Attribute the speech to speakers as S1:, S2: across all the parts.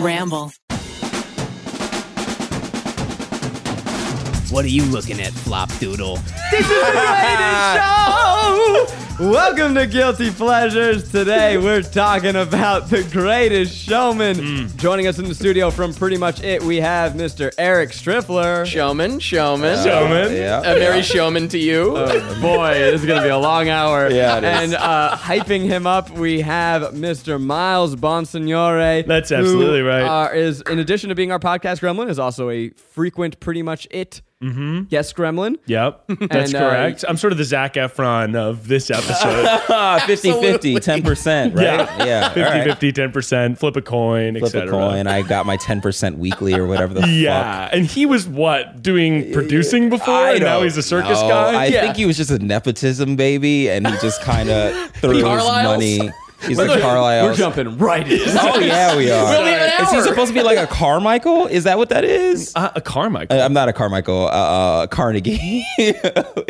S1: Ramble.
S2: What are you looking at, Flop Doodle?
S3: Welcome to Guilty Pleasures. Today we're talking about the greatest showman. Joining us in the studio from pretty much it, we have Mr. Eric Striffler.
S4: Showman, showman.
S5: Showman.
S4: A merry showman to you.
S3: Boy, this is going to be a long hour.
S5: Yeah, it is.
S3: And uh, hyping him up, we have Mr. Miles Bonsignore.
S5: That's
S3: who,
S5: absolutely right.
S3: uh, is, in addition to being our podcast gremlin, is also a frequent pretty much it guest gremlin.
S5: Yep,
S3: And,
S5: that's
S3: uh,
S5: correct. I'm sort of the Zach Efron of this episode.
S6: Ah, 50 50, 10%, right?
S5: Yeah.
S6: yeah.
S5: 50
S6: all right.
S5: 50, 10%, flip a coin,
S6: Flip
S5: etc.
S6: a coin. I got my 10% weekly or whatever the fuck.
S5: Yeah, and he was what doing producing before, and now
S6: don't
S5: he's a circus
S6: know.
S5: guy.
S6: I
S5: yeah.
S6: think he was just a nepotism baby and he just kind of threw his
S4: Carlyle's?
S6: money. He's
S3: We're-
S6: like Carlisle.
S3: We're jumping right in.
S6: Oh, yeah, we are.
S4: We'll be an
S6: is he
S4: hour.
S6: supposed to be like a Carmichael? Is that what that is?
S5: uh, a Carmichael.
S6: I- I'm not a Carmichael, uh, uh, Carnegie.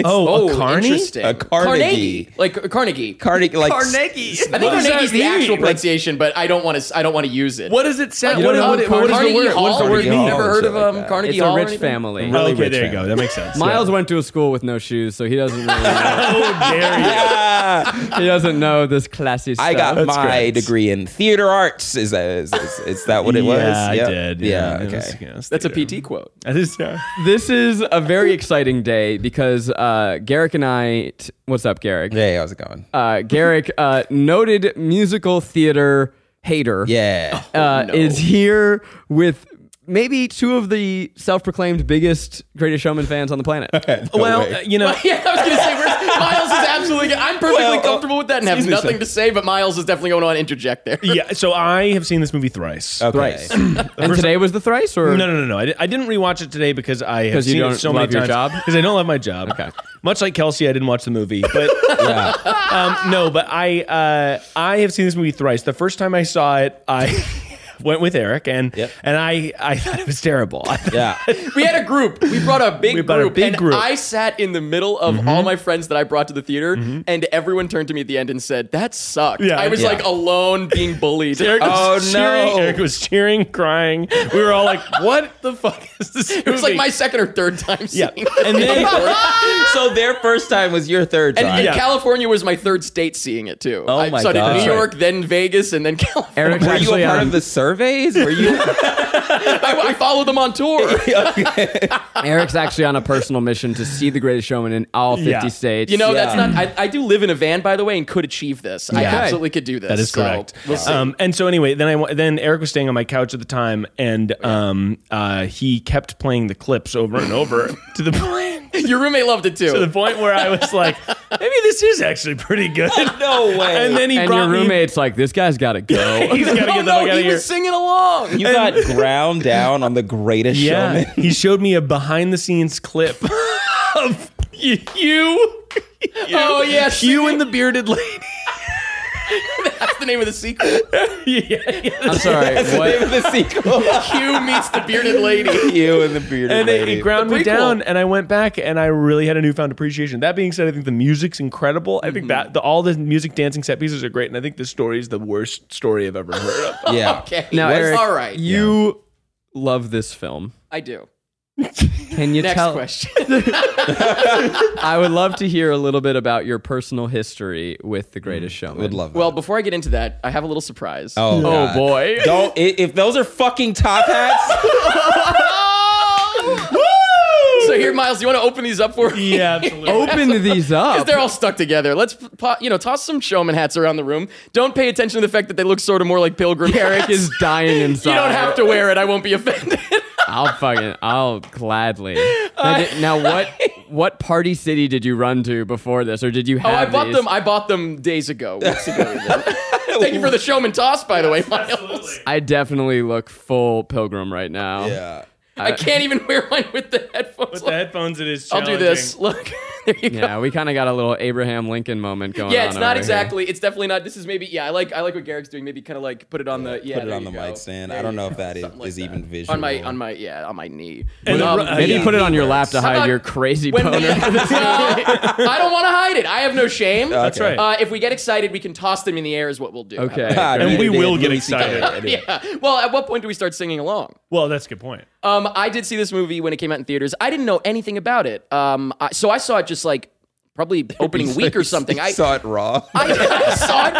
S5: oh, a Carney.
S4: interesting.
S6: A Carnegie.
S4: Like Carnegie.
S6: Carnegie, like
S3: Carnegie.
S4: I think
S5: does that
S4: Carnegie's the
S5: mean?
S4: actual
S5: Like-
S4: pronunciation, but I don't want to. I don't want to use it.
S5: What does it sound?
S3: You
S5: What,
S3: don't
S5: what,
S3: know
S5: what is the
S4: Carnegie
S5: word? What
S4: Hall?
S5: does the word
S6: Carnegie
S4: You've
S6: Hall
S5: mean?
S4: never
S6: and
S4: heard
S6: shit
S4: of um,
S6: like that.
S4: Carnegie
S3: It's a
S4: Hall? or
S3: rich
S4: anything?
S3: family.
S6: Really
S5: okay,
S6: rich
S5: there you
S6: man.
S5: go. That makes sense.
S3: Miles went to a school with no shoes, so he doesn't really know.
S5: How Oh, dare you?
S3: he doesn't know this classy stuff.
S6: I got
S5: That's
S6: my
S5: great.
S6: degree in theater arts. Is that is, is, is that what it was?
S5: Yeah,
S6: Yep.
S5: I did.
S6: Yeah,
S5: it
S6: okay.
S5: was- yeah, it was
S4: That's a
S5: theater.
S4: PT quote.
S5: That is. Yeah.
S3: This is a very exciting day because uh, Garrick and I. T- What's up, Garrick?
S6: Hey, how's it going?
S3: Uh, Garrick, uh, noted musical theater hater,
S6: yeah.
S4: Oh,
S3: uh, is here with maybe two of the self-proclaimed biggest Greatest Showman fans on the planet.
S5: well,
S6: way.
S5: uh, you know,
S4: yeah, I was gonna say where's, Miles is absolutely. I'm perfectly
S6: Well, uh,
S4: comfortable with that and have
S6: excuse me,
S4: nothing
S6: sir.
S4: to say. But Miles is definitely going on interject there.
S5: yeah. So I have seen this movie thrice.
S6: Okay.
S3: Thrice. and today was the thrice, or
S5: No, no, no, no. I, di- I didn't rewatch it today because I have
S3: 'Cause you
S5: seen
S3: don't
S5: it so many
S3: love your
S5: times.
S3: job?
S5: Because I don't love my job. Okay. Much like Kelsey, I didn't watch the movie, but um, no. But I uh, I have seen this movie thrice. The first time I saw it, I went with Eric, and
S6: Yep.
S5: and I I thought it was terrible. I thought-
S6: Yeah.
S4: We had a group. We brought a big
S5: We brought a
S4: group.
S5: big
S4: and
S5: group.
S4: I sat in the middle of all my friends that I brought to the theater, and everyone turned to me at the end and said, "That sucked."
S5: Yeah.
S4: I was
S6: Yeah.
S4: like alone, being bullied.
S5: Eric was
S6: Oh, no.
S5: cheering. Eric was cheering, crying. We were all like, "What the fuck is this?"
S4: It was like my second or third time
S5: yeah.
S4: seeing.
S5: And then
S6: so their first time was your third
S4: And,
S6: time.
S4: and
S5: Yeah.
S4: California was my third state seeing it too.
S6: Oh
S4: I
S6: my
S4: started in
S6: God.
S4: New York, then Vegas, and then California.
S3: Eric's
S6: Were you
S3: actually
S6: a part
S3: um,
S6: of the surveys? Were you?
S4: I, I followed them on tour.
S3: Eric's actually on a personal mission to see the Greatest Showman in all 50
S5: Yeah.
S3: states.
S4: You know,
S6: Yeah.
S4: that's not. I, I do live in a van, by the way, and could achieve this. I
S3: Yeah.
S4: absolutely could do this.
S5: That is
S4: So,
S5: correct.
S4: we'll see.
S5: um, and so anyway, then I wa- then Eric was staying on my couch at the time, and um, uh, he kept playing the clips over and over to the point
S4: Your roommate loved it too.
S5: to the point where I was like, maybe this is actually pretty good.
S6: no way.
S5: And then he
S3: and
S5: brought
S3: your roommate's like, this guy's got to go.
S5: Me, he's gotta
S4: oh
S5: get the
S4: no,
S5: fuck out
S4: he
S5: of here.
S4: was singing along.
S6: you got ground down on the greatest
S5: yeah,
S6: showman.
S5: he showed me a behind the scenes clip of y- you.
S4: Oh yeah,
S5: You and the bearded lady.
S4: That's the name of the sequel.
S5: Yeah, yeah.
S3: I'm sorry.
S6: Name
S3: what?
S6: of the sequel.
S4: Q meets the bearded lady.
S6: you and the bearded
S5: and it,
S6: lady.
S5: it ground
S4: The
S5: me
S4: prequel.
S5: down and i went back and i really had a newfound appreciation that being said i think the music's incredible
S4: Mm-hmm.
S5: i think that the, all the music dancing set pieces are great and i think this story is the worst story i've ever heard of
S6: yeah.
S4: Okay,
S3: Now,
S4: that's
S3: Eric,
S4: all right.
S3: you love this film.
S4: I do.
S3: Can you
S4: Next
S3: tell?
S4: question.
S3: I would love to hear a little bit about your personal history with The Greatest Showman.
S6: Mm, Would love.
S4: well,
S6: that.
S4: before I get into that, I have a little surprise.
S6: Oh, God.
S3: boy.
S6: Don't. i- If those are fucking top hats.
S4: So here, Miles, you want to open these up for me?
S5: yeah absolutely
S3: Open these
S4: Because
S3: up.
S4: they're all stuck together. Let's, po- you know, toss some showman hats around the room. Don't pay attention to the fact that they look sort of more like pilgrim
S3: Eric
S4: hats.
S3: is dying inside.
S4: You don't have to wear it. I won't be offended. Oh,
S3: I'll fucking. I'll gladly. Now, did- now what? What party city did you run to before this, or did you
S4: Oh, I
S3: have?
S4: bought
S3: these?
S4: them. I bought them days ago. Weeks ago even. Thank you for the showman toss, by the way, Miles.
S3: I definitely look full pilgrim right now.
S6: yeah.
S4: I can't even wear mine with the headphones.
S5: With
S4: on.
S5: the headphones, it is.
S4: I'll do this.
S5: challenging.
S4: Look, there you go.
S3: Yeah, we kind of got a little Abraham Lincoln moment going on.
S4: Yeah, it's
S3: over
S4: not
S3: here.
S4: exactly. It's definitely not. This is maybe. Yeah, I like. I like what Garrick's doing. Maybe kind of like put it on the. Yeah,
S6: Put it
S4: there
S6: on
S4: you
S6: the
S4: go.
S6: mic stand.
S4: There
S6: I don't
S4: you
S6: know
S4: go.
S6: if that is,
S4: Something like
S6: is
S4: that.
S6: even visual.
S4: on my on my yeah on my knee.
S5: And the
S4: Um,
S5: ru- uh,
S3: Maybe
S5: yeah.
S3: put it on your lap to
S4: How
S3: hide
S4: about
S3: your crazy
S4: when
S3: boner.
S4: the- No, I don't want to hide it. I have no shame.
S6: Okay.
S5: That's right.
S4: Uh, if we get excited, we can toss them in the air. Is what we'll do.
S3: Okay.
S6: I
S5: And
S6: did
S5: we
S6: it.
S5: will get
S6: Louis CK
S5: excited.
S6: did it.
S4: Yeah. Well, at what point do we start singing along?
S5: well, that's a good point.
S4: Um, I did see this movie when it came out in theaters. I didn't know anything about it. Um, I, so I saw it just like probably opening week or something.
S6: You
S4: I
S6: saw it raw.
S4: I, I saw it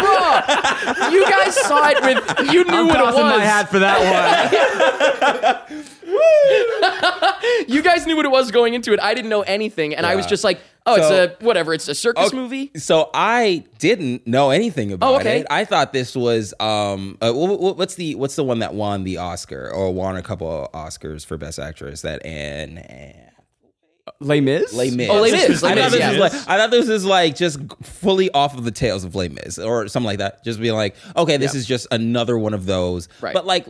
S4: raw. You guys saw it with you knew
S3: I'm
S4: what it was.
S3: tossing my hat for that one.
S4: You guys knew what it was going into it. I didn't know anything, and I was
S6: Yeah.
S4: just like, oh,
S6: So-
S4: it's a whatever. It's a circus
S6: Okay,
S4: movie.
S6: So I didn't know anything about
S4: Oh, okay.
S6: it. I thought this was um uh, wh- wh- what's the what's the one that won the Oscar or won a couple of Oscars for best actress that Anne Anne-
S3: Les Mis?
S6: Les Mis.
S4: Oh, Les Mis, Les
S6: I,
S4: Mis,
S6: thought this
S4: yeah.
S6: was like, I thought this was like just fully off of the tails of Les Mis or something like that. Just being like, okay, this is just another one of those,
S4: Right.
S6: but like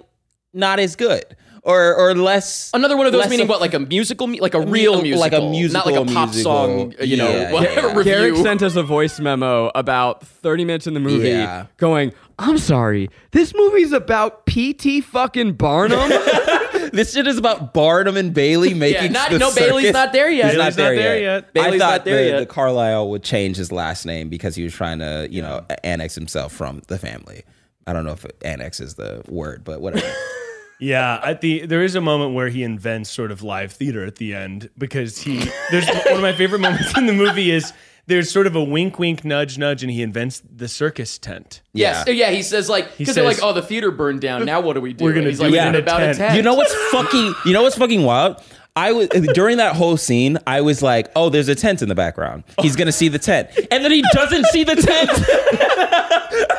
S6: not as good or or less.
S4: Another one of those
S6: less
S4: meaning
S6: of-
S4: what, like a musical, mu- like a real musical,
S6: like a
S4: not like a
S6: musical,
S4: pop song,
S6: musical.
S4: you know,
S6: Yeah,
S4: whatever
S6: yeah.
S4: review.
S3: Garrick sent us a voice memo about 30 minutes in the movie
S6: Yeah.
S3: going, I'm sorry, this movie's about P.T. fucking Barnum?
S6: This shit is about Barnum and Bailey making
S4: yeah, not,
S6: the
S4: no,
S6: circus.
S4: Bailey's not there yet.
S6: He's
S5: Bailey's
S6: not there,
S5: not there
S6: yet.
S5: yet.
S4: Bailey's
S6: I thought
S4: not there
S6: the,
S4: yet.
S6: the Carlisle would change his last name because he was trying to, you know, a- annex himself from the family. I don't know if annex is the word, but whatever.
S5: Yeah, at the there is a moment where he invents sort of live theater at the end because he there's one of my favorite moments in the movie is there's sort of a wink wink nudge nudge and he invents the circus tent.
S4: Yes. Oh, Yeah. He says like because they're like,
S5: says-
S4: oh, the theater burned down. Now what do we do?
S5: We're gonna
S4: And he's
S5: do
S4: like,
S5: it in a
S4: about
S5: tent.
S4: a tent.
S6: You know what's fucking you know what's fucking wild? I was during that whole scene, I was like, oh, there's a tent in the background. He's gonna see the tent. And then he doesn't see the tent. I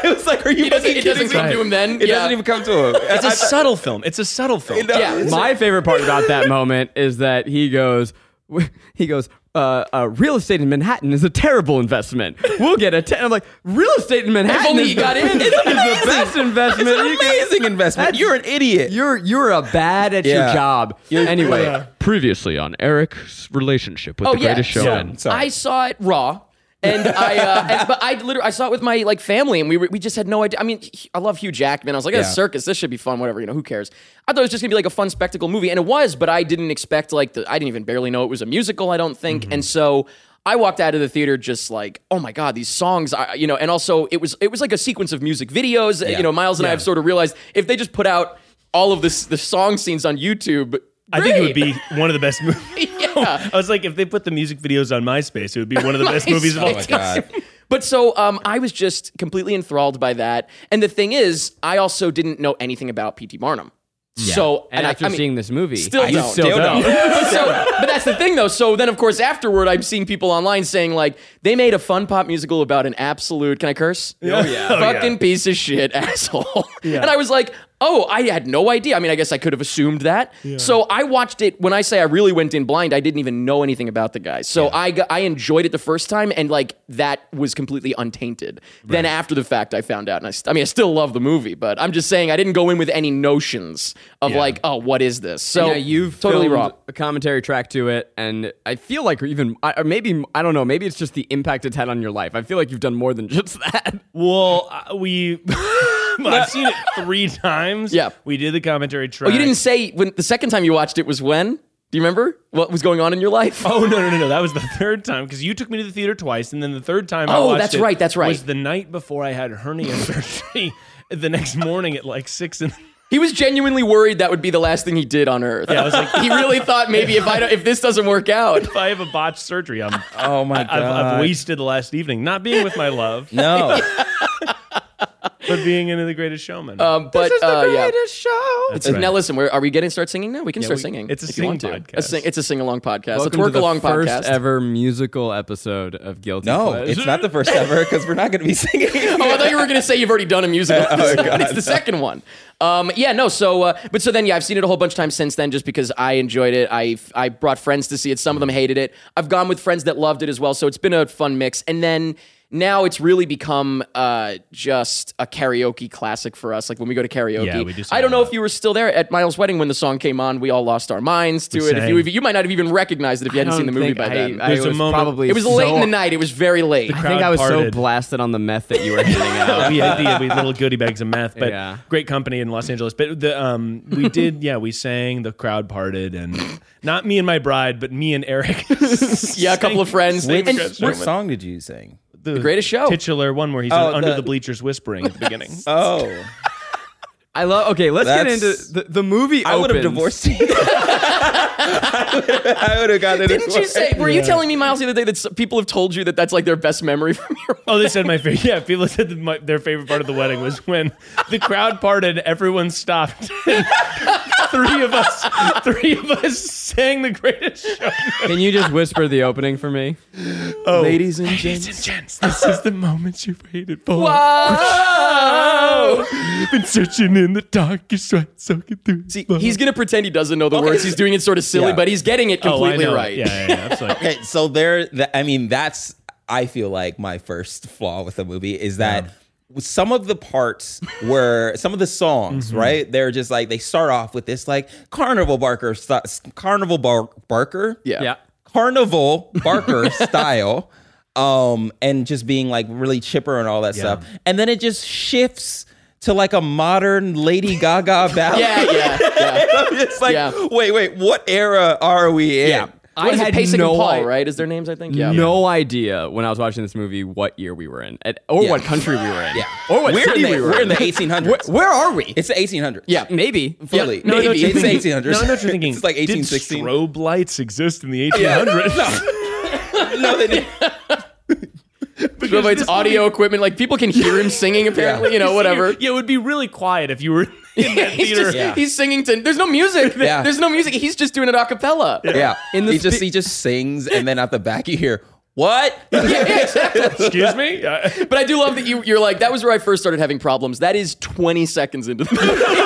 S6: was like, are you
S4: He doesn't,
S6: fucking
S4: it doesn't
S6: kidding me?
S4: come to him then.
S6: It
S4: yeah.
S6: doesn't even come to him.
S5: It's a subtle film. It's a subtle film.
S4: Yeah.
S3: My favorite part about that moment is that he goes, he goes, uh, uh, real estate in Manhattan is a terrible investment. We'll get a ten. I'm like, real estate in Manhattan.
S4: only
S3: is
S4: he
S3: the-
S4: got in.
S3: is the best investment.
S6: It's an
S3: you can-
S6: amazing investment.
S3: That's-
S6: You're an idiot.
S3: You're you're a bad at your
S6: Yeah.
S3: job. anyway,
S1: previously on Eric's relationship with
S4: Oh
S1: the
S4: yeah.
S1: greatest
S4: so
S1: showman.
S6: Sorry.
S4: I saw it raw. and I, uh, and, but I literally, I saw it with my like family, and we were, we just had no idea. I mean, he- I love Hugh Jackman. I was like, oh,
S6: Yeah.
S4: circus, this should be fun. Whatever, you know, who cares? I thought it was just gonna be like a fun spectacle movie, and it was. But I didn't expect like the, I didn't even barely know it was a musical. I don't think,
S5: Mm-hmm.
S4: and so I walked out of the theater just like, oh my god, these songs, I, you know. And also, it was it was like a sequence of music videos. You know, Miles and I have sort of realized if they just put out all of this the song scenes on YouTube.
S5: I think it would
S4: great.
S5: be one of the best movies.
S4: yeah.
S5: I was like, if they put the music videos on MySpace, it would be one of the best movies of all
S4: Oh my
S5: time.
S6: God.
S4: But so um, I was just completely enthralled by that. And the thing is, I also didn't know anything about P.T. Barnum. So
S3: and,
S4: I-
S3: after
S4: I mean,
S3: seeing this movie,
S4: still
S3: you
S4: don't.
S3: still
S6: Still
S3: don't.
S4: so, but that's the thing though. So then, of course, afterward, I'm seeing people online saying like they made a fun pop musical about an absolute. Can I curse?
S5: Oh, yeah. Oh, yeah.
S4: Fucking piece of shit asshole. And I was like, oh, I had no idea. I mean, I guess I could have assumed that. So I watched it. When I say I really went in blind, I didn't even know anything about the guy. So I got- I enjoyed it the first time, and like that was completely untainted. Then after the fact, I found out, and I, st- I mean, I still love the movie, but I'm just saying I didn't go in with any notions of like, oh, what is this? So
S3: yeah, you've
S4: totally
S3: filmed
S4: wrong.
S3: a commentary track to it, and I feel like even I, or maybe I don't know. Maybe it's just the impact it's had on your life. I feel like you've done more than just that.
S5: Well, uh, we I've seen it three times.
S4: Yeah.
S5: we did the commentary track.
S4: Oh, you didn't say when the second time you watched it was when? Do you remember what was going on in your life?
S5: Oh no no no no! That was the third time because you took me to the theater twice, and then the third time. I
S4: Oh,
S5: watched
S4: that's
S5: it
S4: right, that's right.
S5: Was the night before I had hernia surgery. The next morning at like six, and
S4: He was genuinely worried that would be the last thing he did on Earth.
S5: I was like,
S4: he really thought maybe if I don't, if this doesn't work out,
S5: if I have a botched surgery, I'm.
S6: Oh my
S5: I've, I've wasted the last evening not being with my love,
S6: No.
S5: but being into the greatest showman.
S4: um, but uh, yeah.
S3: show.
S5: That's
S4: Now listen, we're, are we getting start singing now? We can start singing.
S5: it's a
S4: if you want
S5: sing
S4: to.
S5: podcast.
S4: A sing, it's a sing along podcast.
S3: Welcome
S4: a
S3: to
S4: twerk
S3: the
S4: along
S3: first
S4: podcast.
S3: ever musical episode of Guilty.
S6: No,
S3: Pleasure.
S6: it's not the first ever because we're not going to be singing.
S4: Oh, I thought you were going to say you've already done a musical. but it's the second one. Um, yeah, no. So, uh, but so then, yeah, I've seen it a whole bunch of times since then, just because I enjoyed it. I I brought friends to see it. Some of them hated it. I've gone with friends that loved it as well. So it's been a fun mix. And then now it's really become uh, just a karaoke classic for us. Like when we go to karaoke,
S5: Yeah, we do sing
S4: I don't
S5: a
S4: know
S5: lot.
S4: if you were still there at Miles' wedding when the song came on. We all lost our minds to it. If you,
S5: sang.
S4: you might not have even recognized it if you hadn't seen the movie by then.
S3: I,
S5: There's a
S3: was
S5: moment-
S3: probably
S4: it was
S3: so-
S4: late in the night. It was very late.
S3: I think
S5: Crowd
S3: I was
S5: parted.
S3: so blasted on the meth that you were hitting out.
S5: we had the, we had little goodie bags of meth, but
S3: Yeah.
S5: great company in Los Angeles. But the um, we did, yeah, we sang. The crowd parted, and not me and my bride, but me and Eric.
S4: yeah, a couple of friends.
S6: Which,
S4: And
S6: what song did you sing?
S5: the,
S4: greatest show.
S5: titular one where he's
S6: Oh,
S5: under
S6: the-
S5: the, bleachers whispering at the beginning.
S6: Oh,
S3: I love. Okay, let's get
S6: That's-
S3: into the, the movie.
S6: I would have
S3: opens.
S6: divorced you. I would have gotten. a
S4: Didn't you
S6: divorce.
S4: say? Were you telling me, Miles, the other day that s- people have told you that that's like their best memory from your?
S5: Oh, they said my favorite. Yeah, people said that my, their favorite part of the wedding was when the crowd parted, everyone stopped. three of us, three of us sang the greatest show.
S3: Can you just whisper the opening for me?
S6: ladies and gents?
S5: Ladies and gents, this is the moment you waited for.
S4: Whoa!
S5: Been searching in the dark, you're trying to soak it through.
S4: See, he's gonna pretend he doesn't know the words. He's doing it sort of silly,
S6: Yeah.
S4: but he's getting it
S5: Oh, I
S4: completely
S5: know.
S4: right.
S5: Yeah, yeah, yeah. absolutely.
S6: Okay, so there. The, I mean, that's. I feel like my first flaw with the movie is that some of the parts were some of the songs, right? They're just like they start off with this like carnival barker, st- carnival bar- barker,
S4: Yeah.
S6: carnival barker style um and just being like really chipper and all that stuff and then it just shifts to like a modern lady gaga ballad
S4: Yeah, yeah, yeah.
S6: it's like
S4: Yeah.
S6: wait wait what era are we in
S4: Yeah.
S3: I
S4: What is
S3: had
S4: it? Pasek
S3: no
S4: and Paul,
S3: i-
S4: right? Is their names? I think. Yeah.
S3: No idea when I was watching this movie what year we were in, at, or
S6: Yeah.
S3: what country we were in,
S6: Yeah.
S3: or what
S6: We're in
S3: city
S6: the-
S3: we were
S6: we're in the 1800s.
S3: Where, where are we?
S6: it's the 1800s
S4: Yeah.
S3: maybe.
S6: fully
S4: Yeah, no, no,
S6: it's
S4: it's-
S6: 1800s
S5: No, I know what you're thinking.
S6: it's like
S5: Did
S6: 1816
S5: strobe lights exist in the 1800s?
S6: no they didn't
S4: But it's audio equipment. Like people can hear him singing. Apparently, you know, whatever.
S5: Yeah, it would be really quiet if you were in that
S4: he's
S5: theater.
S4: just he's singing to. There's no music.
S6: Yeah.
S4: There's no music. He's just doing it a cappella.
S6: yeah
S3: In the
S6: he just
S3: spe-
S6: he just sings and then at the back you hear what
S4: yeah, yeah, exactly.
S5: Excuse me? Uh,
S4: But I do love that you, you're like, that was where I first started having problems. That is 20 seconds into the movie.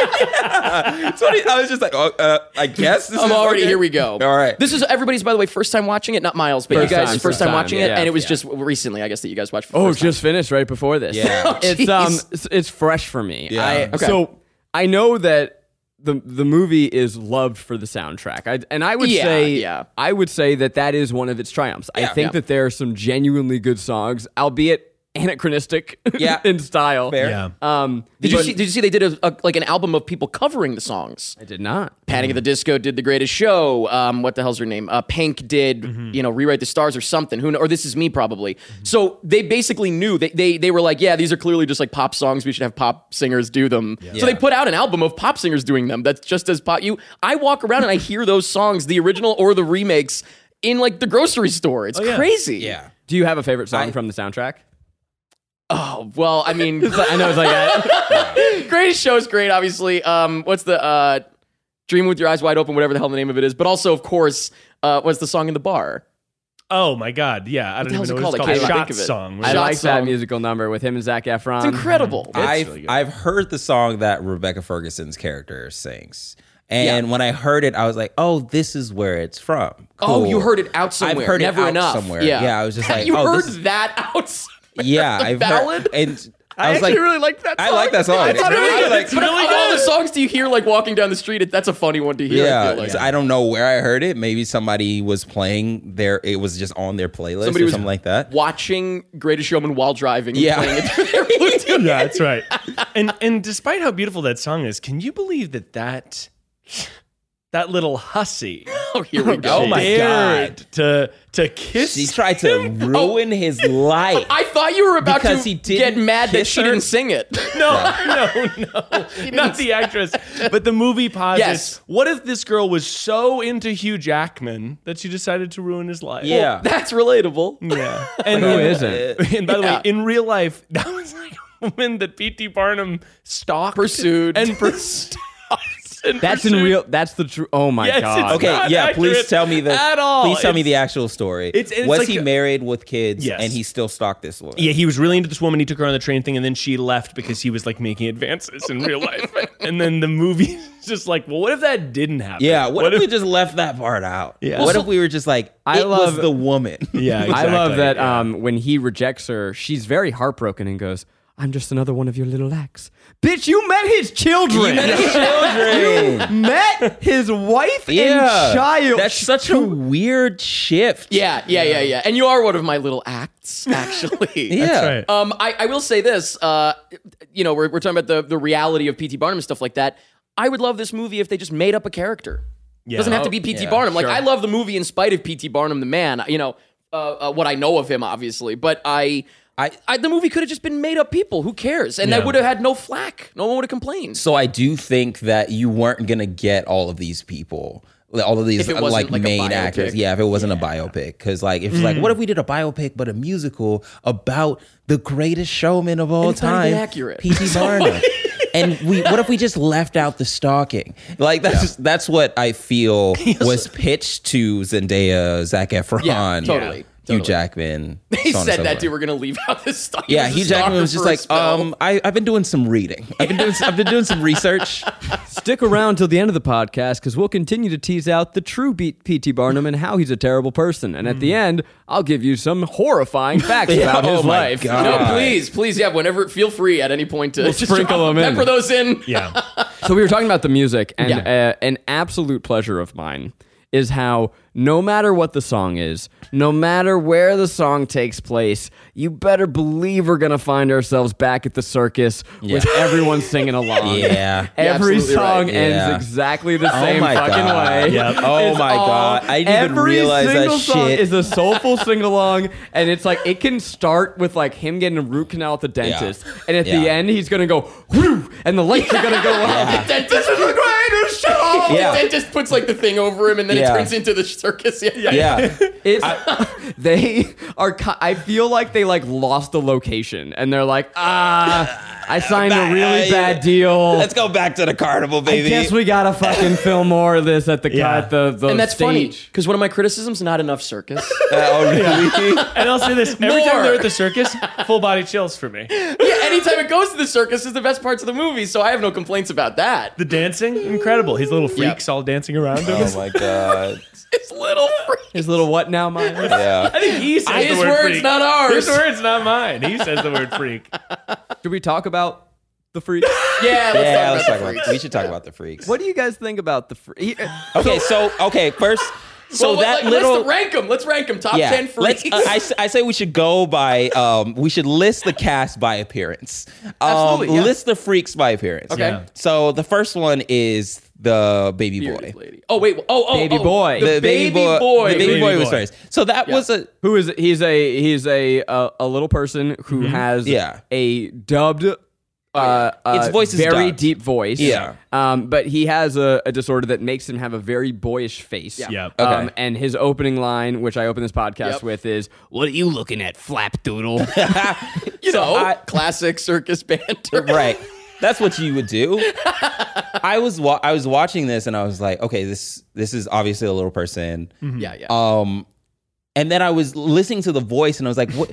S6: So I was just like, oh, uh, I guess this
S4: I'm
S6: is
S4: already,
S6: okay.
S4: here we go.
S6: All right.
S4: This is everybody's, by the way, first time watching it, not Miles, but
S3: First
S4: you guys,
S3: time,
S4: first
S3: first
S4: time,
S3: time,
S4: watching it.
S3: yeah,
S4: And it was
S3: yeah.
S4: just recently, I guess, that you guys watched for the
S3: Oh,
S4: first time.
S3: just finished right before this.
S6: Yeah. Oh,
S3: it's um,
S4: jeez.
S3: it's, it's fresh for me.
S6: Yeah.
S3: I,
S6: Okay.
S3: So I know that the the movie is loved for the soundtrack, I, and I would
S4: Yeah,
S3: say,
S4: yeah.
S3: I would say that that is one of its triumphs. I think
S4: yeah.
S3: that there are some genuinely good songs, albeit anachronistic,
S6: Yeah.
S3: in style.
S6: Fair.
S5: yeah.
S3: Um,
S4: Did you,
S3: but-
S4: see, did you see they did a, a, like an album of people covering the songs?
S3: I did not.
S4: Panic at the Disco did the greatest show. Um, what the hell's her name? Uh, Pink did,
S3: Mm-hmm.
S4: you know, Rewrite the Stars or something. Who kn- or This Is Me probably. So they basically knew they, they they were like, yeah, these are clearly just like pop songs. We should have pop singers do them. So they put out an album of pop singers doing them. That's just as pop. You, I walk around and I hear those songs, the original or the remakes, in like the grocery store.
S3: Oh,
S4: It's crazy.
S6: Yeah.
S3: Do you have a favorite song
S6: I-
S3: from the soundtrack?
S4: Oh well, I mean,
S3: I know it's like I,
S4: greatest show is great, obviously. Um, what's the uh, Dream with Your Eyes Wide Open, whatever the hell the name of it is. But also, of course, uh, what's the song in the bar?
S5: Oh my God. Yeah. I don't
S4: hell's
S5: even
S4: it
S5: know
S4: called?
S5: what it's
S4: I
S5: called.
S4: can't
S5: Shot
S4: think of it.
S5: song.
S3: I
S4: Shot
S3: like that
S4: song.
S3: musical number with him and Zach Efron.
S4: It's incredible.
S6: I've
S5: Um, really good.
S6: I've heard the song that Rebecca Ferguson's character sings, and when I heard it, I was like, "Oh, this is where it's from."
S4: Oh,
S6: Cool.
S4: you heard it out somewhere.
S6: I've heard
S4: Never
S6: it out
S4: enough.
S6: somewhere.
S4: Yeah.
S6: I was just like,
S4: you
S6: "Oh,
S4: heard
S6: this is,
S4: that out. somewhere?
S6: yeah,
S4: The
S6: I've
S4: ballad?
S6: heard." And I, was
S4: actually
S6: like,
S4: really liked that.
S6: I
S4: song.
S6: like that song.
S4: It's
S6: It's
S4: really
S6: really
S4: good.
S6: like-
S4: But of all the songs do you hear like walking down the street, it, that's a funny one to hear. I
S6: Yeah,
S4: feel like.
S6: so I don't know where I heard it. Maybe somebody was playing their. It was just on their playlist
S4: Somebody
S6: or
S4: was
S6: something like that.
S4: Watching Greatest Showman while driving. and
S6: Yeah.
S4: playing it through their Bluetooth.
S5: yeah, that's right. And and despite how beautiful that song is, can you believe that that that little hussy
S4: Oh, here we go.
S6: Oh my
S5: dared
S6: God.
S5: to to kiss?
S6: She tried to ruin his life.
S4: Oh, I thought you were about
S6: Because
S4: to
S6: he didn't
S4: get mad that
S6: kiss
S4: she
S6: her?
S4: didn't sing it.
S5: no, no, no, not the actress, but the movie posits.
S4: Yes.
S5: What if this girl was so into Hugh Jackman that she decided to ruin his life? Oh,
S6: yeah,
S4: That's relatable.
S5: yeah. And
S3: Who isn't?
S5: And by the
S4: Yeah.
S5: way, in real life, that was like a woman that P.T. Barnum stalked,
S4: Pursued.
S5: and pursued. in
S3: That's in
S5: Pursuit.
S3: real. That's the true. Oh my
S5: Yes,
S3: god.
S5: it's-
S6: Okay,
S5: Not
S6: yeah. Please
S5: accurate
S6: tell me the
S5: at all.
S6: Please tell me
S5: It's-
S6: the actual story.
S5: It's- it's
S6: was
S5: like
S6: he
S5: a-
S6: married with kids?
S5: Yes.
S6: and he still stalked this woman.
S5: Yeah, he was really into this woman. He took her on the train thing, and then she left because he was like making advances in real life. and then the movie is just like, well, what if that didn't happen?
S6: Yeah, What, if, we just left that part out?
S5: Yeah.
S6: What
S5: Also-
S6: if we were just like,
S3: I
S6: I
S3: love-
S6: love the woman.
S5: Yeah,
S3: I love
S5: exactly.
S3: that um, when he rejects her, she's very heartbroken and goes, "I'm just another one of your little acts, bitch. You met his children.
S6: Children.
S3: met his wife
S6: Yeah.
S3: and child.
S6: That's such a weird shift.
S4: Yeah, yeah, yeah, yeah. And you are one of my little acts, actually.
S6: Yeah.
S5: That's right.
S4: Um, I, I will say this. Uh, you know, we're, we're talking about the, the reality of P.T. Barnum and stuff like that. I would love this movie if they just made up a character. It doesn't have to be P.T.
S6: yeah,
S4: Barnum. Like, I love the movie in spite of P.T. Barnum, the man. You know, uh, uh, what I know of him, obviously. But I, I, I the movie could have just been made up people. Who cares? And that would have had no flack. No one would have complained.
S6: So I do think that you weren't gonna get all of these people. like, All of these uh,
S4: If it wasn't
S6: like,
S4: like a
S6: main
S4: biopic. Mm-hmm.
S6: actors, yeah. If it wasn't a biopic, because like if it's like, what if we did a biopic but a musical about the greatest showman of all
S4: it's not
S6: time,
S4: even accurate.
S6: P.T. Barnum, and we what if we just left out the stalking? Like that's that's what I feel was pitched to Zendaya, Zach Efron,
S4: Yeah, totally,
S6: Hugh
S4: totally.
S6: Jackman.
S4: He
S6: so on and so
S4: said that,
S6: forth.
S4: dude, we're going to leave out this stuff.
S6: Yeah,
S4: He
S6: Hugh
S4: a
S6: Jackman
S4: stalker
S6: was just
S4: for a
S6: like,
S4: spell.
S6: um, I, I've been doing some reading. I've been doing, I've been doing some research.
S3: Stick around till the end of the podcast because we'll continue to tease out the true beat P.T. Barnum and how he's a terrible person. And at the end, I'll give you some horrifying facts about his
S6: my
S3: life.
S6: God.
S4: No, please, please, yeah. Whenever, feel free at any point to just
S3: sprinkle
S4: drop-
S3: them in.
S4: Pepper those in.
S5: Yeah.
S3: So we were talking about the music, and uh, an absolute pleasure of mine is how no matter what the song is, no matter where the song takes place, you better believe we're gonna find ourselves back at the circus with everyone singing along.
S6: Yeah.
S3: Every
S4: absolutely right.
S3: song ends
S6: Yeah.
S3: exactly the
S6: oh
S3: same
S6: my
S3: fucking
S6: god.
S3: way.
S5: Yep.
S6: Oh
S3: It's
S6: my
S3: all-
S6: god. I didn't even
S3: every
S6: realize
S3: single
S6: that
S3: song
S6: shit.
S3: is a soulful sing along, and it's like it can start with like him getting a root canal at the dentist, and at the
S6: Yeah.
S3: end he's gonna go whoo, and the lights are gonna go
S4: The
S3: up.
S4: dentist is the greatest show.
S6: Yeah.
S4: The dentist puts like the thing over him, and then
S6: Yeah.
S4: it turns into the circus. Yeah,
S6: yeah.
S3: It's, they are. ki- I feel like they like lost the location, and they're like, ah, I signed a really
S6: I-
S3: bad deal.
S6: Let's go back to the carnival,
S3: I
S6: baby.
S3: guess we gotta fucking film more of this at the
S5: Yeah.
S3: at the, the
S4: And that's funny
S3: stage.
S4: because one of my criticisms not enough circus.
S6: oh really?
S5: And I'll say this every
S4: More.
S5: time they're at the circus, full body chills for me.
S4: yeah, anytime it goes to the circus is the best parts of the movie, so I have no complaints about that.
S5: The dancing, incredible. His little
S4: Yeah.
S5: freaks all dancing around him.
S6: oh my god.
S4: It's little freak.
S3: His little what now, Myers?
S5: I
S6: Yeah.
S5: think he says
S4: His
S5: the word
S4: words,
S5: freak.
S4: not ours.
S5: His words, not mine. He says the word freak.
S3: Should we talk about the freak?
S4: Yeah, let's
S6: Yeah,
S4: talk
S6: let's
S4: about
S6: talk
S4: the freak.
S6: about we should talk about the freaks.
S3: What do you guys think about the free?
S6: Okay, so okay, first so
S4: Well,
S6: that
S4: let-
S6: little
S4: let's rank them. Let's rank them. Top ten freaks.
S6: Let's, uh, I, s- I say we should go by, um, we should list the cast by appearance. Um,
S4: Absolutely, yeah.
S6: List the freaks by appearance.
S4: Okay. Yeah.
S6: So the first one is the baby boy.
S4: Bearded lady. Oh wait. Oh oh.
S3: Baby
S4: oh,
S3: boy.
S4: The, baby, boy.
S6: The baby,
S5: Baby
S6: boy, was
S5: boy.
S6: first. So that was a,
S3: who is he's a he's a uh, a little person who
S4: Mm-hmm.
S3: has
S6: Yeah.
S3: a dubbed.
S4: Oh,
S3: Uh, uh,
S6: Its voice is
S3: very
S6: dubbed.
S3: deep voice.
S6: Yeah.
S3: Um, but he has a, a disorder that makes him have a very boyish face. Yeah.
S5: Yep.
S3: Um,
S6: Okay.
S3: and his opening line, which I open this podcast
S4: Yep.
S3: with, is
S2: What are you looking at, flapdoodle?
S4: You know,
S6: I-
S4: classic circus banter.
S6: right. That's what you would do. I was wa- I was watching this and I was like, okay, this this is obviously a little person.
S3: Mm-hmm.
S4: Yeah, yeah.
S3: uh,
S6: Um, and then I was listening to the voice and I was like, what?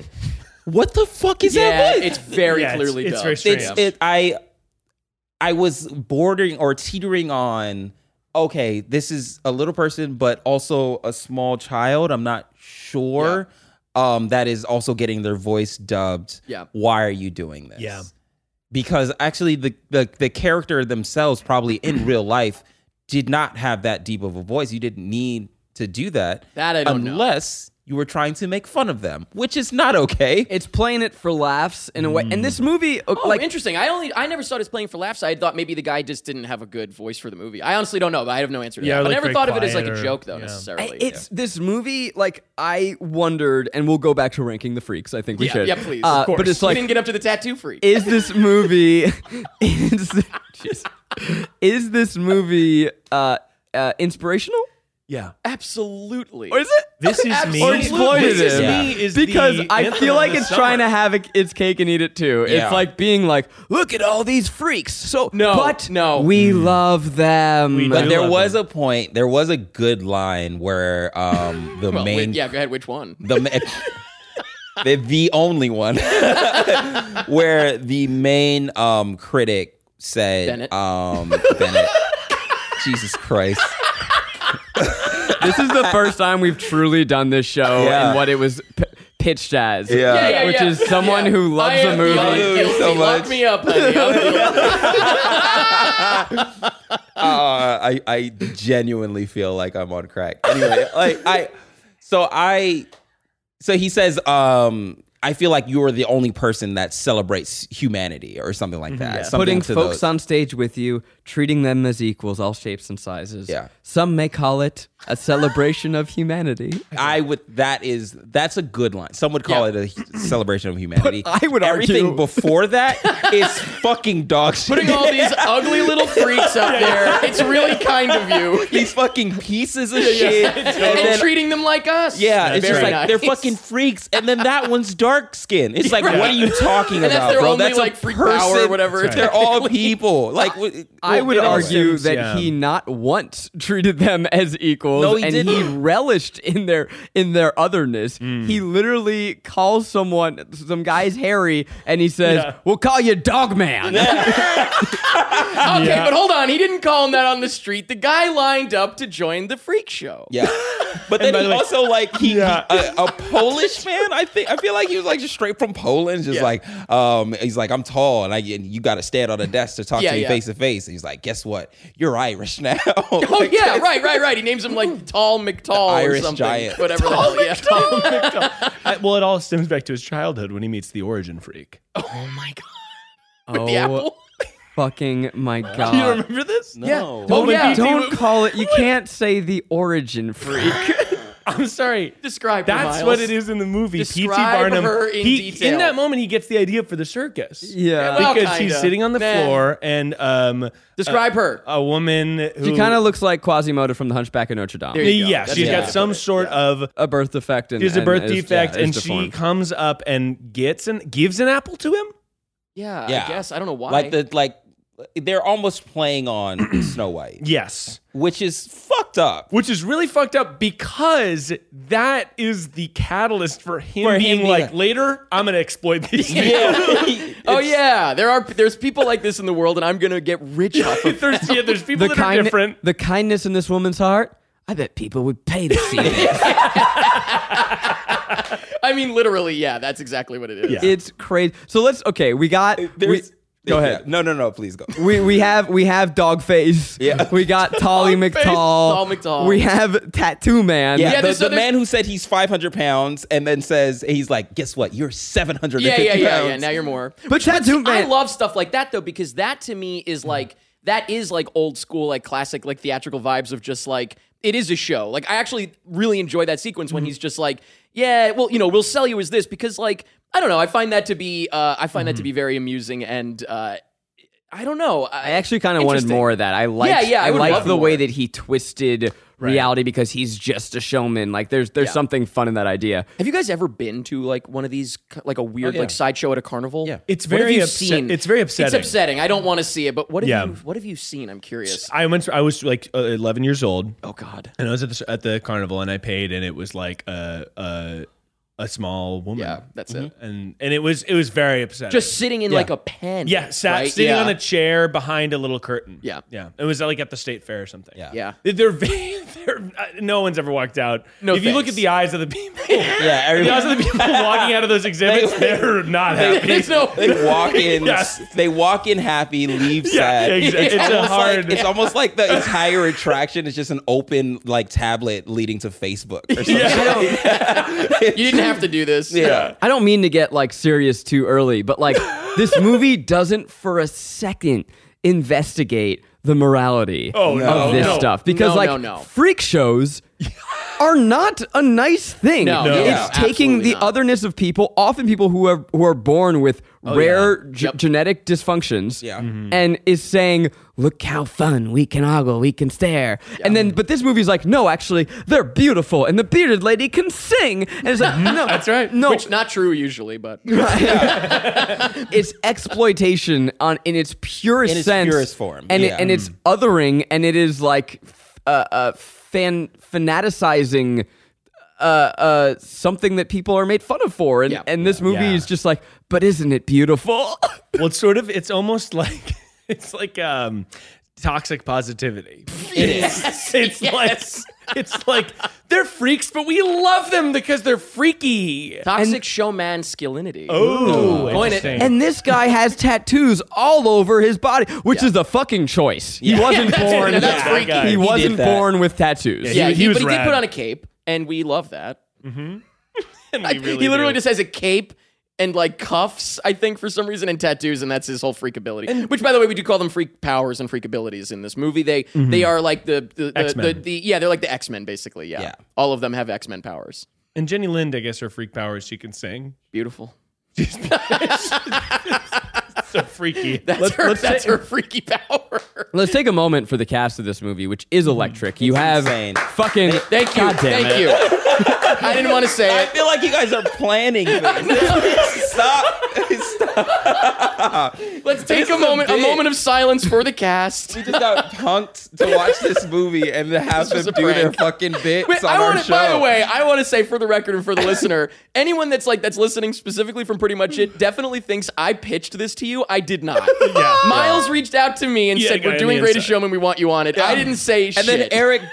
S6: What the fuck is
S4: yeah,
S6: that? voice?
S4: it's very
S5: Yeah, it's-
S4: clearly
S5: it's
S4: dubbed.
S5: very strange.
S6: it's it i i was bordering or teetering on okay this is a little person but also a small child i'm not sure um that is also getting their voice dubbed
S4: Yeah.
S6: why are you doing this
S5: Yeah.
S6: because actually the the, the character themselves probably in real life did not have that deep of a voice you didn't need to do that
S4: That I don't know.
S6: unless you were trying to make fun of them which is not okay
S3: it's playing it for laughs in a way. And this movie, uh,
S4: Oh,
S3: like,
S4: interesting. I only I never saw this playing for laughs. I thought maybe the guy just didn't have a good voice for the movie. I honestly don't know, but I have no answer to
S5: Yeah,
S4: that.
S5: like
S4: I never
S5: very
S4: thought of it as like
S5: quiet
S4: a
S5: or-
S4: joke though
S5: yeah.
S3: I-
S4: necessarily.
S3: it's this movie. Like I wondered, and we'll go back to ranking the freaks. I think we
S4: yeah,
S3: should.
S4: yeah, please.
S3: Uh,
S4: of course.
S3: But it's
S4: we
S3: like,
S4: didn't get up to the tattoo freak.
S3: is this movie? is, jeez. is this movie uh, uh, inspirational?
S5: Yeah.
S4: Absolutely.
S3: Or is it?
S5: This is me.
S3: Or exploited
S5: This is
S3: it.
S5: me
S6: Yeah.
S5: is
S3: because
S5: the
S3: I
S5: anthem
S3: feel
S5: of
S3: like
S5: the
S3: it's
S5: summer.
S3: trying to have it, its cake and eat it too.
S6: Yeah.
S3: It's like being like, look at all these freaks. So
S4: No,
S3: but
S4: no.
S3: we love them.
S5: We
S6: But
S5: do
S6: there
S5: love
S6: was
S5: them.
S6: a point. There was a good line where um, the
S4: Well,
S6: main
S4: wait, yeah, go ahead. Which one?
S6: the ma- the, the only one where the main um, critic said
S4: Bennett.
S6: Um, Bennett Jesus Christ
S3: this is the first time we've truly done this show
S6: Yeah.
S3: and what it was p- pitched as.
S6: Yeah. Yeah,
S3: which is someone who
S4: Uh, I
S3: loves
S4: am
S3: a movie.
S4: beyond
S6: Love
S4: guilty.
S6: so
S4: Lock
S6: much.
S4: me up, honey. I'm guilty.
S6: uh, I I genuinely feel like I'm on crack. Anyway, like I so I so he says um I feel like you are the only person that celebrates humanity or something like that. Something
S3: Putting
S6: to
S3: folks
S6: those-
S3: on stage with you, treating them as equals, all shapes and sizes.
S6: Yeah.
S3: Some may call it a celebration of humanity.
S6: I would that is that's a good line. Some would call
S4: Yeah.
S6: it a celebration of humanity.
S3: But I would
S6: everything
S3: argue-
S6: before that is fucking dog shit.
S4: Putting all these ugly little freaks up there. It's really kind of you.
S6: these fucking pieces of shit. And
S4: And,
S6: then
S4: treating them like us.
S6: Yeah,
S5: That's
S6: it's just
S5: right.
S6: like they're
S4: Nice.
S6: fucking freaks, and then that one's dark skin. It's like,
S4: Right.
S6: what are you talking
S4: And that's
S6: about,
S4: their
S6: bro?
S4: only,
S6: that's
S4: like, freak power or whatever, That's
S6: They're all people. Like, w-
S3: I
S6: well,
S3: would
S6: it all
S3: argue
S5: stems-
S3: that
S5: yeah.
S3: he not once treated them as equals,
S6: No, he
S3: and he
S6: didn't.
S3: relished in their in their otherness. He literally calls someone, some guy's hairy, and he says,
S5: Yeah.
S3: "We'll call you Dog Man."
S4: Okay,
S5: Yeah.
S4: but hold on. He didn't call him that on the street. The guy lined up to join the freak show.
S6: Yeah. But then
S5: by
S6: he
S5: the way-
S6: also like he, he-
S5: Yeah.
S6: a, a Polish man. I think I feel like he was like just straight from Poland. Just
S4: Yeah.
S6: like um, he's like I'm tall and I and you got to stand on a desk to talk
S4: Yeah,
S6: to me
S4: yeah.
S6: face to face. And he's like, guess what? You're Irish now.
S4: Oh yeah, right, right, right. He names him like Tall McTall
S6: Irish
S4: or something.
S6: giant.
S4: Whatever the hell. Yeah.
S5: I- well, it all stems back to his childhood when he meets the origin freak.
S4: Oh my god.
S3: With
S4: The apple.
S3: Oh, fucking my god!
S5: you don't remember this?
S6: No.
S4: Oh
S3: Don't-
S4: yeah.
S3: Don't call it. You can't say the origin freak.
S5: I'm sorry.
S4: Describe her,
S5: That's
S4: Miles.
S5: what it is in the movie. P.T.
S4: Describe
S5: Barnum.
S4: her in
S5: he,
S4: detail.
S5: in that moment, he gets the idea for the circus.
S3: Yeah.
S4: Well,
S5: because he's
S4: kinda.
S5: sitting on the
S4: Meh.
S5: floor and um,
S4: Describe her.
S5: a woman who
S3: She kind of looks like Quasimodo from The Hunchback of Notre Dame.
S4: There you go.
S5: yeah,
S4: That's
S5: she's
S4: a
S5: got
S4: good
S5: some
S4: way.
S5: sort of
S3: A birth defect. And,
S5: She has a
S3: and
S5: birth
S3: is-
S5: defect,
S3: yeah, is
S5: and she
S3: deformed.
S5: comes up and gets and gives an apple to him.
S4: Yeah,
S6: Yeah.
S4: I guess I don't know why.
S6: Like the like they're almost playing on Snow White,
S5: Yes,
S6: which is fucked up.
S5: which is really fucked up because that is the catalyst for him
S6: For him
S5: being
S6: being
S5: like,
S6: like-
S5: later I'm gonna exploit these. people."
S6: Yeah.
S4: oh yeah, there are there's people like this in the world, and I'm gonna get rich off of.
S5: there's, yeah, there's people
S3: the
S5: that
S3: kind,
S5: are different.
S3: the kindness in this woman's heart. I bet people would pay to see this.
S4: I mean, literally, yeah, that's exactly what it is.
S5: Yeah.
S3: It's crazy. So let's okay. We got. We,
S6: There's-
S3: go ahead.
S6: Yeah. No, no, no. Please go.
S3: We, we have we have dog face.
S6: Yeah.
S3: We got Tolly
S4: Dog face,
S3: McTall.
S4: Tall McTall.
S3: We have Tattoo Man.
S6: Yeah,
S4: Yeah,
S6: the,
S4: there's
S6: the
S4: other-
S6: man who said he's 500 pounds and then says he's like, guess what? You're 750
S4: Yeah, yeah, yeah,
S6: pounds.
S4: yeah. Now you're more.
S3: But Tattoo Man.
S4: I love stuff like that though, because that to me is like that is like old school, like classic, like theatrical vibes of just like it is a show. Like I actually really enjoy that sequence when he's just like, yeah, well, you know, we'll sell you as this because like I don't know, I find that to be uh, I find that to be very amusing and uh, I don't know.
S3: I actually kind of wanted
S4: Interesting.
S3: more of that. I like.
S4: Yeah, yeah, I
S3: I,
S4: would
S3: like
S4: love
S3: the
S4: more.
S3: way that he twisted reality because he's just a showman. Like there's there's something fun in that idea.
S4: Have you guys ever been to like one of these like a weird like sideshow at a carnival? Yeah,
S5: It's very upset- it's very upsetting.
S4: It's upsetting. I don't want to see it, but what have
S5: Yeah.
S4: you what have you seen? I'm curious.
S5: I went. I was like uh, 11 years old.
S4: oh God.
S5: And I was at the, at the carnival and I paid and it was like a a, a small woman.
S4: Yeah, that's it.
S5: And and it was it was very upsetting.
S4: Just sitting in like a pen.
S5: yeah, sat
S4: right?
S5: sitting
S4: Yeah.
S5: on a chair behind a little curtain.
S4: Yeah.
S5: yeah. It was like at the state fair or something.
S6: Yeah.
S4: Yeah.
S5: They- They're, ve- they're uh, no one's ever walked out.
S4: No
S5: if you look
S4: thanks.
S5: at the eyes of the people, yeah,
S6: Yeah,
S5: the eyes
S6: everybody.
S5: of the people walking out of those exhibits,
S6: They-
S5: they're not happy.
S4: There's no
S6: They walk in,
S5: Yes.
S6: they walk in happy, leave
S5: yeah,
S6: sad.
S5: exactly. It's, a
S6: Almost like-
S5: hard.
S6: it's almost like the entire attraction is just an open like tablet leading to Facebook or something.
S4: you didn't have to do this.
S6: Yeah.
S3: I don't mean to get like serious too early, but like this movie doesn't for a second investigate the morality
S5: Oh, no.
S3: of this
S5: No.
S3: stuff because
S4: No,
S3: like
S4: no, no.
S3: freak shows are not a nice thing.
S4: No, No.
S5: yeah,
S3: it's taking
S4: absolutely
S3: the
S4: not.
S3: otherness of people, often people who are who are born with
S4: Oh,
S3: rare ge- genetic dysfunctions,
S6: Yeah.
S4: Mm-hmm.
S6: Mhm.
S3: and is saying, "Look how fun we can ogle, we can stare." And then, but this movie's like, "No, actually, they're beautiful, and the bearded lady can sing." And it's like, "No, that's right. No,
S4: Which not true usually, but
S3: it's exploitation on in its purest
S6: In its
S3: sense,
S6: purest form,
S3: and
S6: yeah.
S3: it, and it's othering, and it is like f- uh, uh, fan fanaticizing uh, uh, something that people are made fun of for, and
S4: Yeah.
S3: and this movie
S5: Yeah.
S3: is just like, but isn't it beautiful?
S5: Well, it's sort of. It's almost like it's like um, toxic positivity. It is. It's like it's like they're freaks, but we love them because they're freaky.
S4: toxic showman skillinity.
S5: Oh,
S4: Coin it.
S5: interesting.
S3: and this guy has tattoos all over his body, which is a fucking choice. He wasn't born.
S4: That's Yeah, freaky.
S5: that guy.
S3: He,
S5: He did
S3: wasn't
S6: that.
S3: born with tattoos.
S4: yeah,
S5: he-
S4: he,
S5: he was
S4: but he did
S5: rad.
S4: put on a cape, and we love that.
S5: And we really
S4: he literally
S5: do.
S4: just has a cape and like cuffs, I think, for some reason, and tattoos, and that's his whole freak ability. Which, by the way, we do call them freak powers and freak abilities in this movie. They they are like the the, the,
S5: X-Men.
S4: the, the yeah, they're like the X Men basically. Yeah.
S6: Yeah.
S4: all of them have X Men powers.
S5: And Jenny Lind, I guess her freak power is she can sing.
S4: Beautiful.
S5: So freaky.
S4: That's her. that's her freaky power.
S3: Let's take a moment for the cast of this movie, which is electric. You have
S6: insane.
S3: fucking
S4: Thank you.
S3: God damn
S4: Thank
S3: it.
S4: you. I didn't want to say
S6: I
S4: it.
S6: feel like you guys are planning this. Stop. Stop.
S4: Let's take a moment. A
S6: big-
S4: moment of silence for the cast.
S6: We just got punked to watch this movie and to have
S4: was
S6: them
S4: a
S6: do their
S4: prank.
S6: fucking bits
S4: Wait,
S6: on
S4: I
S6: our
S4: wanna-
S6: show.
S4: By the way, I want to say for the record and for the listener, anyone that's like that's listening specifically from pretty much it definitely thinks I pitched this to you. I did not.
S5: Yeah.
S4: Miles reached out to me and
S5: Yeah,
S4: said,
S5: got
S4: "We're
S5: it
S4: doing
S5: on the
S4: Greatest
S5: inside."
S4: Showman. We want you on it." I didn't say shit.
S6: and then Eric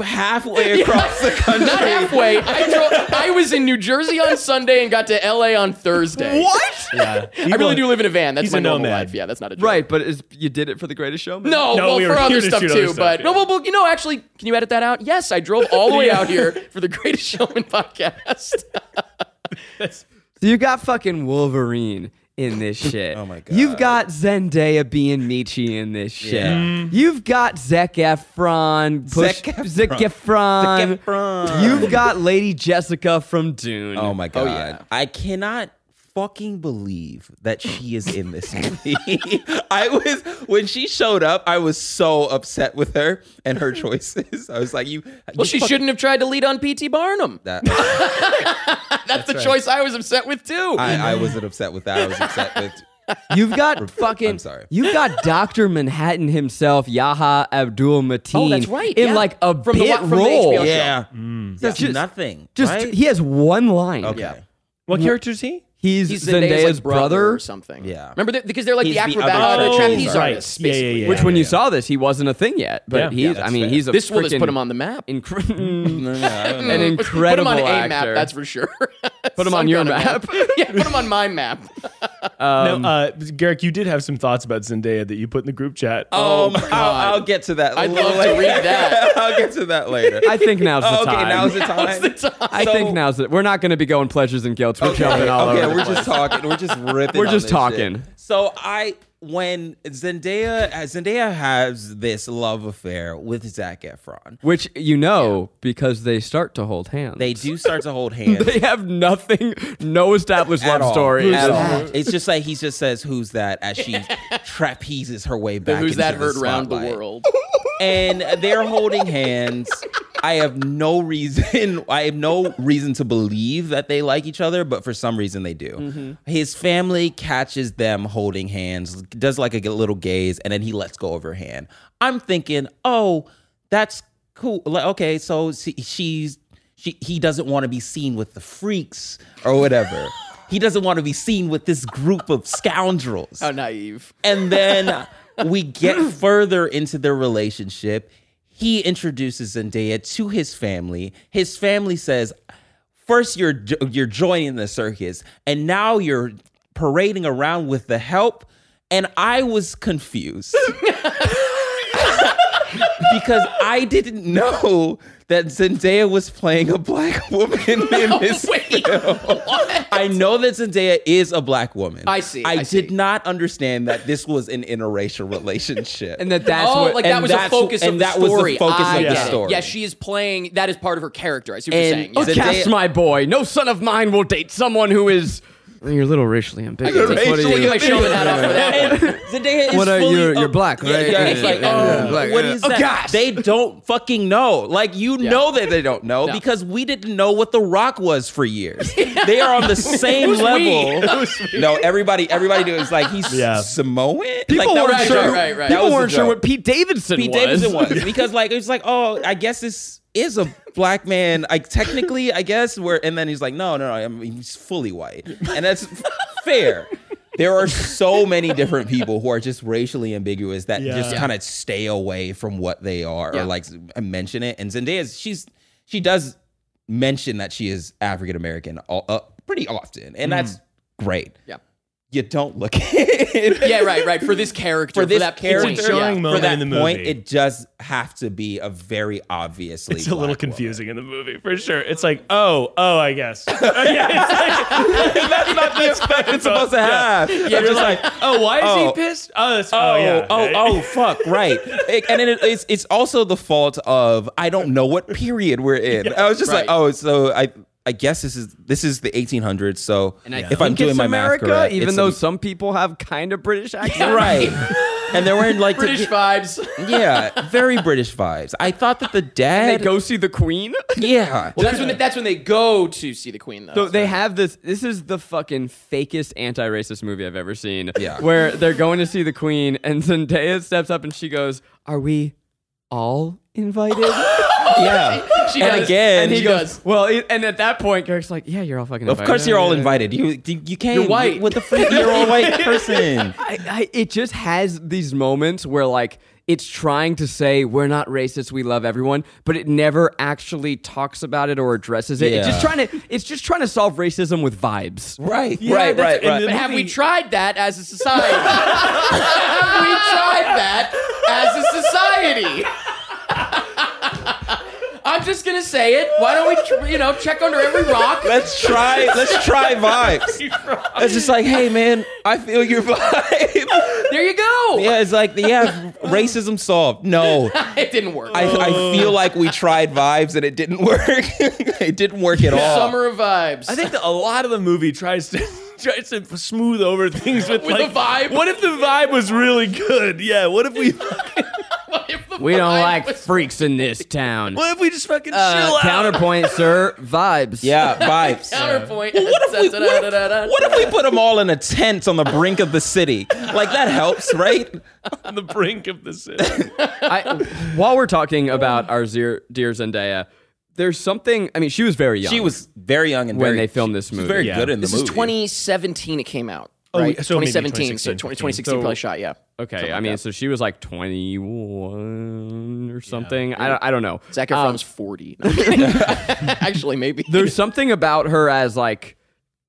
S6: halfway across the country.
S4: Not halfway. I drove, I was in New Jersey on Sunday and got to L.A. on Thursday.
S3: What?
S5: Yeah.
S4: I really do live in a van. That's
S5: he's
S4: my
S5: a
S4: normal
S5: nomad.
S4: life. Yeah, that's not a joke.
S3: Right, but is, you did it for the greatest show?
S4: No,
S5: No,
S4: well,
S5: we
S4: for
S5: were
S4: other
S5: here to
S4: stuff
S5: shoot
S4: too,
S5: other stuff,
S4: but
S5: yeah.
S4: no, well, well, you know, actually, can you edit that out? Yes, I drove all the way out here for the Greatest Showman podcast.
S3: So you got fucking Wolverine in this shit.
S6: Oh my God.
S3: You've got Zendaya being Michi in this shit.
S6: Yeah. Mm.
S3: You've got Zac Efron. Push,
S6: Zac Efron.
S3: Mm-hmm. Zac Efron.
S6: Zac Efron.
S3: You've got Lady Jessica from Dune.
S6: Oh my god. I cannot fucking believe that she is in this movie. I was when she showed up, I was so upset with her and her choices. I was like, you
S4: Well, she shouldn't have tried to lead on P.T. Barnum.
S6: that
S4: That's, the choice I was upset with too.
S6: I, I wasn't upset with that. I was upset with
S3: You've got fucking.
S6: I'm sorry.
S3: You've got Doctor Manhattan himself, Yaha Abdul Mateen.
S4: Oh, that's right,
S3: In
S4: yeah.
S3: like a
S4: From the
S3: bit
S4: wa- from the
S3: role.
S4: HBO show.
S6: Yeah. That's
S3: Just-
S6: nothing.
S3: Just
S6: right?
S3: he has one line.
S6: Okay.
S4: Yeah.
S5: What character is he?
S3: He's,
S4: He's
S3: Zendaya's,
S4: like
S3: brother.
S4: or something.
S6: Yeah.
S4: remember they're- because they're like
S6: He's
S4: the
S6: the
S4: acrobat
S6: other
S4: or the
S6: Oh,
S4: trapeze
S6: right.
S4: artists.
S5: Yeah, yeah,
S4: basically.
S5: yeah.
S4: Which
S3: Which when you saw this, he wasn't a thing yet. But
S5: Yeah.
S3: he's
S6: Yeah,
S3: I mean,
S6: that's
S3: he's a
S4: this will just put
S3: frickin'
S4: him on the map.
S3: incre-
S6: Yeah.
S3: an
S4: put him
S3: incredible
S4: on a
S3: actor.
S4: map, that's for sure.
S3: Put him
S4: Some
S3: on your
S4: kind of
S3: map.
S4: yeah, put him on my map.
S5: no, uh, Garrick, you did have some thoughts about Zendaya that you put in the group chat.
S6: Um, I'll, I'll get to that.
S4: Oh I'd
S6: a little
S4: love to
S6: later.
S4: read that.
S6: I'll get to that later.
S3: I think now's the
S6: Oh, okay,
S3: time.
S6: now's the time.
S4: Now's the time.
S3: I
S6: So-
S3: think now's the We're not going to be going pleasures and guilts. We're jumping all
S6: okay,
S3: over. the
S6: we're
S3: place.
S6: just talking. We're just ripping.
S3: We're
S6: on
S3: just
S6: this shit.
S3: talking.
S6: So I, when Zendaya, Zendaya has this love affair with Zach Efron.
S3: Which you know because they start to hold hands.
S6: They do start to hold hands.
S3: They have nothing, no established
S6: at
S3: love
S6: all.
S3: story.
S6: At
S3: at all.
S6: all. It's just like he just says, "Who's that?" as she trapezes her way back.
S4: Who's
S6: into
S4: that
S6: the
S4: heard round the
S6: spotlight.
S4: world?
S6: and they're holding hands. I have no reason. I have no reason to believe that they like each other, but for some reason they do. His family catches them holding hands, does like a little gaze, and then he lets go of her hand. I'm thinking, oh, that's cool. Like, okay, so she- she's she he doesn't want to be seen with the freaks or whatever. he doesn't want to be seen with this group of scoundrels.
S4: How Oh, naive.
S6: And then we get further into their relationship. He introduces Zendaya to his family. His family says, first you're jo- you're joining the circus, and now you're parading around with the help. And I was confused because I didn't know that Zendaya was playing a black woman in this
S4: Wait, what?
S6: I know that Zendaya is a black woman.
S4: I see,
S6: I,
S4: I
S6: did
S4: see.
S6: not understand that this was an interracial relationship.
S3: and that that's
S4: oh,
S3: what
S4: like
S6: and
S4: that was the
S6: that's-
S4: focus of
S6: and
S4: the
S6: that was the
S4: story.
S6: focus
S4: I
S6: of
S5: the
S4: get it.
S6: story.
S4: Yeah, she is playing. That is part of her character. I see what
S6: And-
S4: you're saying. Yeah.
S6: okay.
S3: Cast
S6: Zendaya-
S3: my boy. No son of mine will date someone who is. You're a little racially ambiguous.
S6: You're
S3: What are
S6: racially
S3: you-
S4: Take my Sherman hat off for that one.
S6: Zendaya is
S7: What are
S6: fully
S7: you?
S6: a-
S7: You're black, right?
S6: Yeah, yeah, it's like,
S7: yeah,
S6: oh,
S7: black,
S6: what
S7: yeah.
S6: is that? They don't fucking know. Like you know that they don't know
S4: No.
S6: because we didn't know what The Rock was for years. They are on the same level. no, everybody, everybody knew it was like he's
S5: Yeah.
S6: Samoan.
S3: People
S6: like, that
S3: weren't
S6: was a
S3: sure.
S6: joke.
S4: right, right.
S6: That
S3: People
S6: was a
S3: weren't sure
S6: joke.
S3: what Pete Davidson
S6: Pete
S3: was.
S6: Davidson was because like it's like oh I guess this is a black man like technically I guess where and then he's like no no no I mean, he's fully white and that's f- fair. There are so many different people who are just racially ambiguous that
S5: Yeah.
S6: just
S5: Yeah.
S6: kind of stay away from what they are
S4: Yeah.
S6: or like s- mention it. And Zendaya she's she does mention that she is African American uh, pretty often and that's great.
S4: Mm. Yeah.
S6: You don't look it.
S4: Yeah, right, right. For this character,
S6: for this
S4: that
S6: character,
S4: point.
S5: It's a jarring
S4: yeah.
S5: moment.
S6: for that
S5: in the movie.
S6: point, it does have to be a very obviously.
S5: It's a little
S6: black
S5: confusing in the movie for sure. It's like, oh, oh, I guess. yeah, it's like, that's not the expect
S6: woman. It's supposed to have. Yeah,
S5: You're just like, oh, why is
S6: oh,
S5: he pissed? Oh, that's,
S6: Oh,
S5: oh, yeah.
S6: oh, oh, fuck, right. It- and it, it's it's also the fault of I don't know what period we're in. I was just like,
S4: Right.
S6: oh, so I I guess this is this is the 1800s. So
S3: And I
S6: if I'm
S3: think
S6: doing
S3: it's
S6: my
S3: America,
S6: math correct,
S3: even
S6: it's
S3: though
S6: a-
S3: some people have kind of British accents.
S6: right, and they're wearing like
S4: British
S6: the,
S4: vibes.
S6: yeah, very British vibes. I thought that the
S3: They
S6: dad,
S3: go see the Queen.
S6: yeah,
S4: Well, that's when they, that's when they go to see the Queen, though.
S3: So they have this. This is the fucking fakest anti-racist movie I've ever seen.
S6: Yeah.
S3: Where they're going to see the Queen, and Zendaya steps up and she goes, "Are we all invited?"
S6: yeah.
S4: she
S6: and
S4: does.
S6: again-
S4: and he
S6: She
S4: goes.
S3: well, it- and at that point, Kirk's like, "Yeah, you're all fucking
S6: Of
S3: invited."
S6: course, you're
S3: Yeah,
S6: all
S3: yeah, yeah.
S6: invited. You you, you came
S4: You're white.
S6: with the freak. You're all white person.
S3: I, I, it just has these moments where like it's trying to say we're not racist, we love everyone, but it never actually talks about it or addresses it. It's just
S6: Yeah.
S3: trying to it's just trying to solve racism with vibes.
S6: Right, right,
S5: that's- and
S6: right, right.
S5: the
S4: But have
S5: movie-
S4: we tried that as a society? have we tried that as a society? I'm just gonna say it. Why don't we, tr- you know, check under every rock?
S6: Let's try. Let's try vibes. It's just like, hey, man, I feel your vibe.
S4: There you go.
S6: yeah, it's like, yeah, racism solved. No,
S4: It didn't work.
S6: I, I feel like we tried vibes and it didn't work. it didn't work at all.
S4: Summer of vibes.
S5: I think that a lot of the movie tries to tries to smooth over things with,
S4: With
S5: like,
S4: the vibe.
S5: What if the vibe was really good? Yeah. What if we
S4: What if the
S3: We don't
S4: vibe
S3: like
S4: was-
S3: freaks in this town.
S5: What if we just fucking chill
S3: Uh,
S5: out?
S3: counterpoint, sir. Vibes.
S6: Yeah, vibes.
S4: counterpoint.
S6: What if, we, what, if, what if we put them all in a tent on the brink of the city? Like that helps, right?
S5: on the brink of the city.
S3: I, while we're talking about our dear, dear Zendaya, there's something. I mean, she was very young.
S6: She was very young and
S3: When
S6: very,
S3: they filmed
S6: she-
S3: this
S6: she was
S3: movie.
S6: very
S5: Yeah.
S6: good in the
S4: This
S6: movie.
S4: is 2017. It came out.
S5: Oh,
S4: Right?
S5: so maybe
S4: 2017. So
S5: 2016,
S4: 20, 2016
S5: 2016
S4: probably shot. Yeah.
S3: okay. I mean, so she was like 21 or something. I, don't, I don't know.
S4: Zac
S6: Um,
S4: Efron's 40. No, I'm kidding. Actually, maybe.
S3: there's something about her as like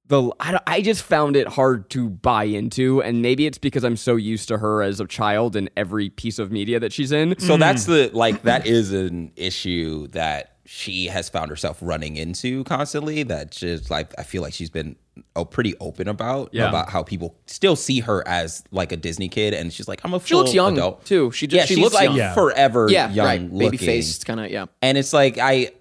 S3: the I, don't- I just found it hard to buy into and maybe it's because i'm so used to her as a child in every piece of media that she's in
S6: So that's the
S4: Mm-hmm.
S6: like that is an issue that she has found herself running into constantly. That she's like I feel like she's been oh, pretty open about
S3: Yeah.
S6: about how people still see her as like a Disney kid, and she's like I'm a
S4: She looks
S6: full
S4: young,
S6: adult
S4: too. She just-
S6: yeah,
S4: she
S6: she's
S4: looks
S6: like
S4: young.
S5: Yeah.
S6: forever
S4: yeah,
S6: young
S4: right.
S6: looking,
S4: Baby faced, kind of. Yeah.
S6: and it's like I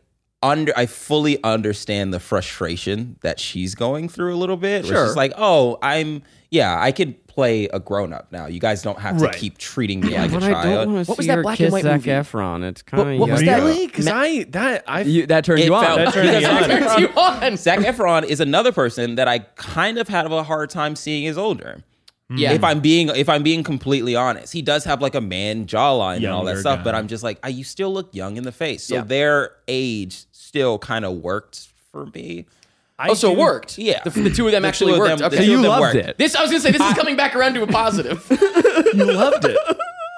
S6: under I fully understand the frustration that she's going through a little bit. Sure. She's like, oh, I'm yeah, I can play a grown up now. You guys don't have to
S5: Right.
S6: keep treating me like a child.
S3: what
S4: was that black and white movie?
S3: Efron. It's kind of
S4: what was that?
S5: really? Because I that I
S3: You, that turned
S6: It
S3: you on.
S6: felt-
S5: That turned
S6: because
S5: me on.
S6: I'm-
S4: Turns you on.
S6: Zach Efron is another person that I kind of have a hard time seeing is older.
S4: Yeah.
S6: If I'm being if I'm being completely honest, he does have like a man jawline and all that
S5: Younger
S6: stuff,
S5: guy.
S6: but I'm just like, I, you still look young in the face. So
S4: Yeah.
S6: their age still kind of worked for me.
S4: oh, so it
S5: do-
S4: worked.
S6: Yeah.
S4: The, the two of them
S6: The
S4: actually
S6: two of them-
S4: worked. okay.
S6: the two of
S3: you
S6: them
S3: loved
S6: worked.
S3: it.
S4: this I was gonna say. This is coming back around to a positive.
S5: loved it.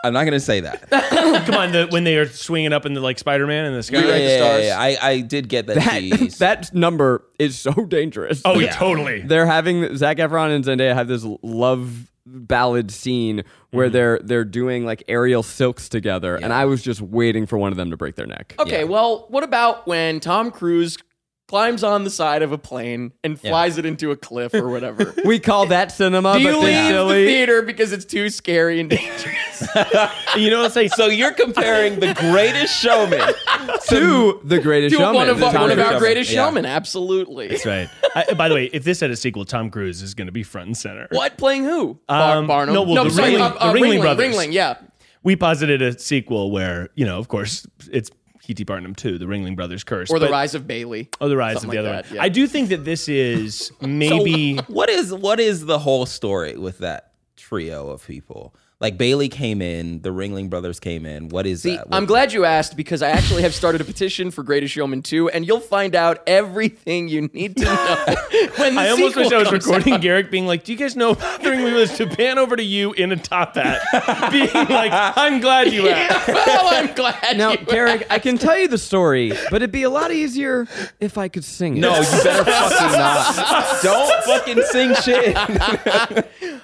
S6: I'm not gonna say that. yeah,
S5: Come on, the, when they are swinging up into like Spider Man in the sky.
S6: yeah, yeah, yeah,
S4: stars.
S6: yeah. I, I did get that.
S3: That,
S6: tease.
S3: that number is so dangerous.
S5: Oh, yeah, totally.
S3: they're having Zach Efron and Zendaya have this love ballad scene
S4: Mm-hmm.
S3: where they're they're doing like aerial silks
S4: Oh,
S3: together, and I was just waiting for one of them to break their neck.
S4: Okay. Well, what about when Tom Cruise climbs on the side of a plane and flies it into a cliff or whatever.
S3: We call that cinema,
S4: Do
S3: but
S4: you leave
S3: they're
S4: the
S3: silly.
S4: theater because it's too scary and dangerous?
S5: You know what I'm saying?
S6: So you're comparing the greatest showman
S3: to the greatest
S4: to
S3: showman.
S4: one of,
S3: the
S4: our- one of
S3: Tom
S4: our
S3: Cruise.
S4: greatest
S6: Yeah.
S4: showmen, absolutely.
S5: That's right. I, by the way, if this had a sequel, Tom Cruise is going to be front and center.
S4: What playing who? Bar-
S5: Um,
S4: Barnum.
S5: no, well, the
S4: sorry,
S5: Ringling-
S4: uh, uh,
S5: the Ringling
S4: Ringling,
S5: Brothers.
S4: Ringling, yeah.
S5: We posited a sequel where, you know, of course, it's P.T. Barnum 2, The Ringling Brothers Curse.
S4: Or The
S5: but-
S4: Rise of Bailey.
S5: Oh, the rise of the
S4: Something
S5: other
S4: like that,
S5: one.
S4: yeah.
S5: I do think that this is maybe.
S6: what is what is the whole story with that trio of people? Like Bailey came in, the Ringling Brothers came in. What is
S4: See,
S6: that? What-
S4: I'm glad you asked because I actually have started a petition for Greatest Showman 2, and you'll find out everything you need to know when the
S5: I almost
S4: sequel
S5: wish I was
S4: comes
S5: recording
S4: out.
S5: Garrick being like, "Do you guys know about the Ringling Brothers?" To pan over to you in a top hat, being like, "I'm glad you asked."
S4: well, I'm glad.
S3: Now,
S4: you
S3: Derek, I can tell you the story, but it'd be a lot easier if I could sing it.
S6: no, you better fucking not. Don't fucking sing shit.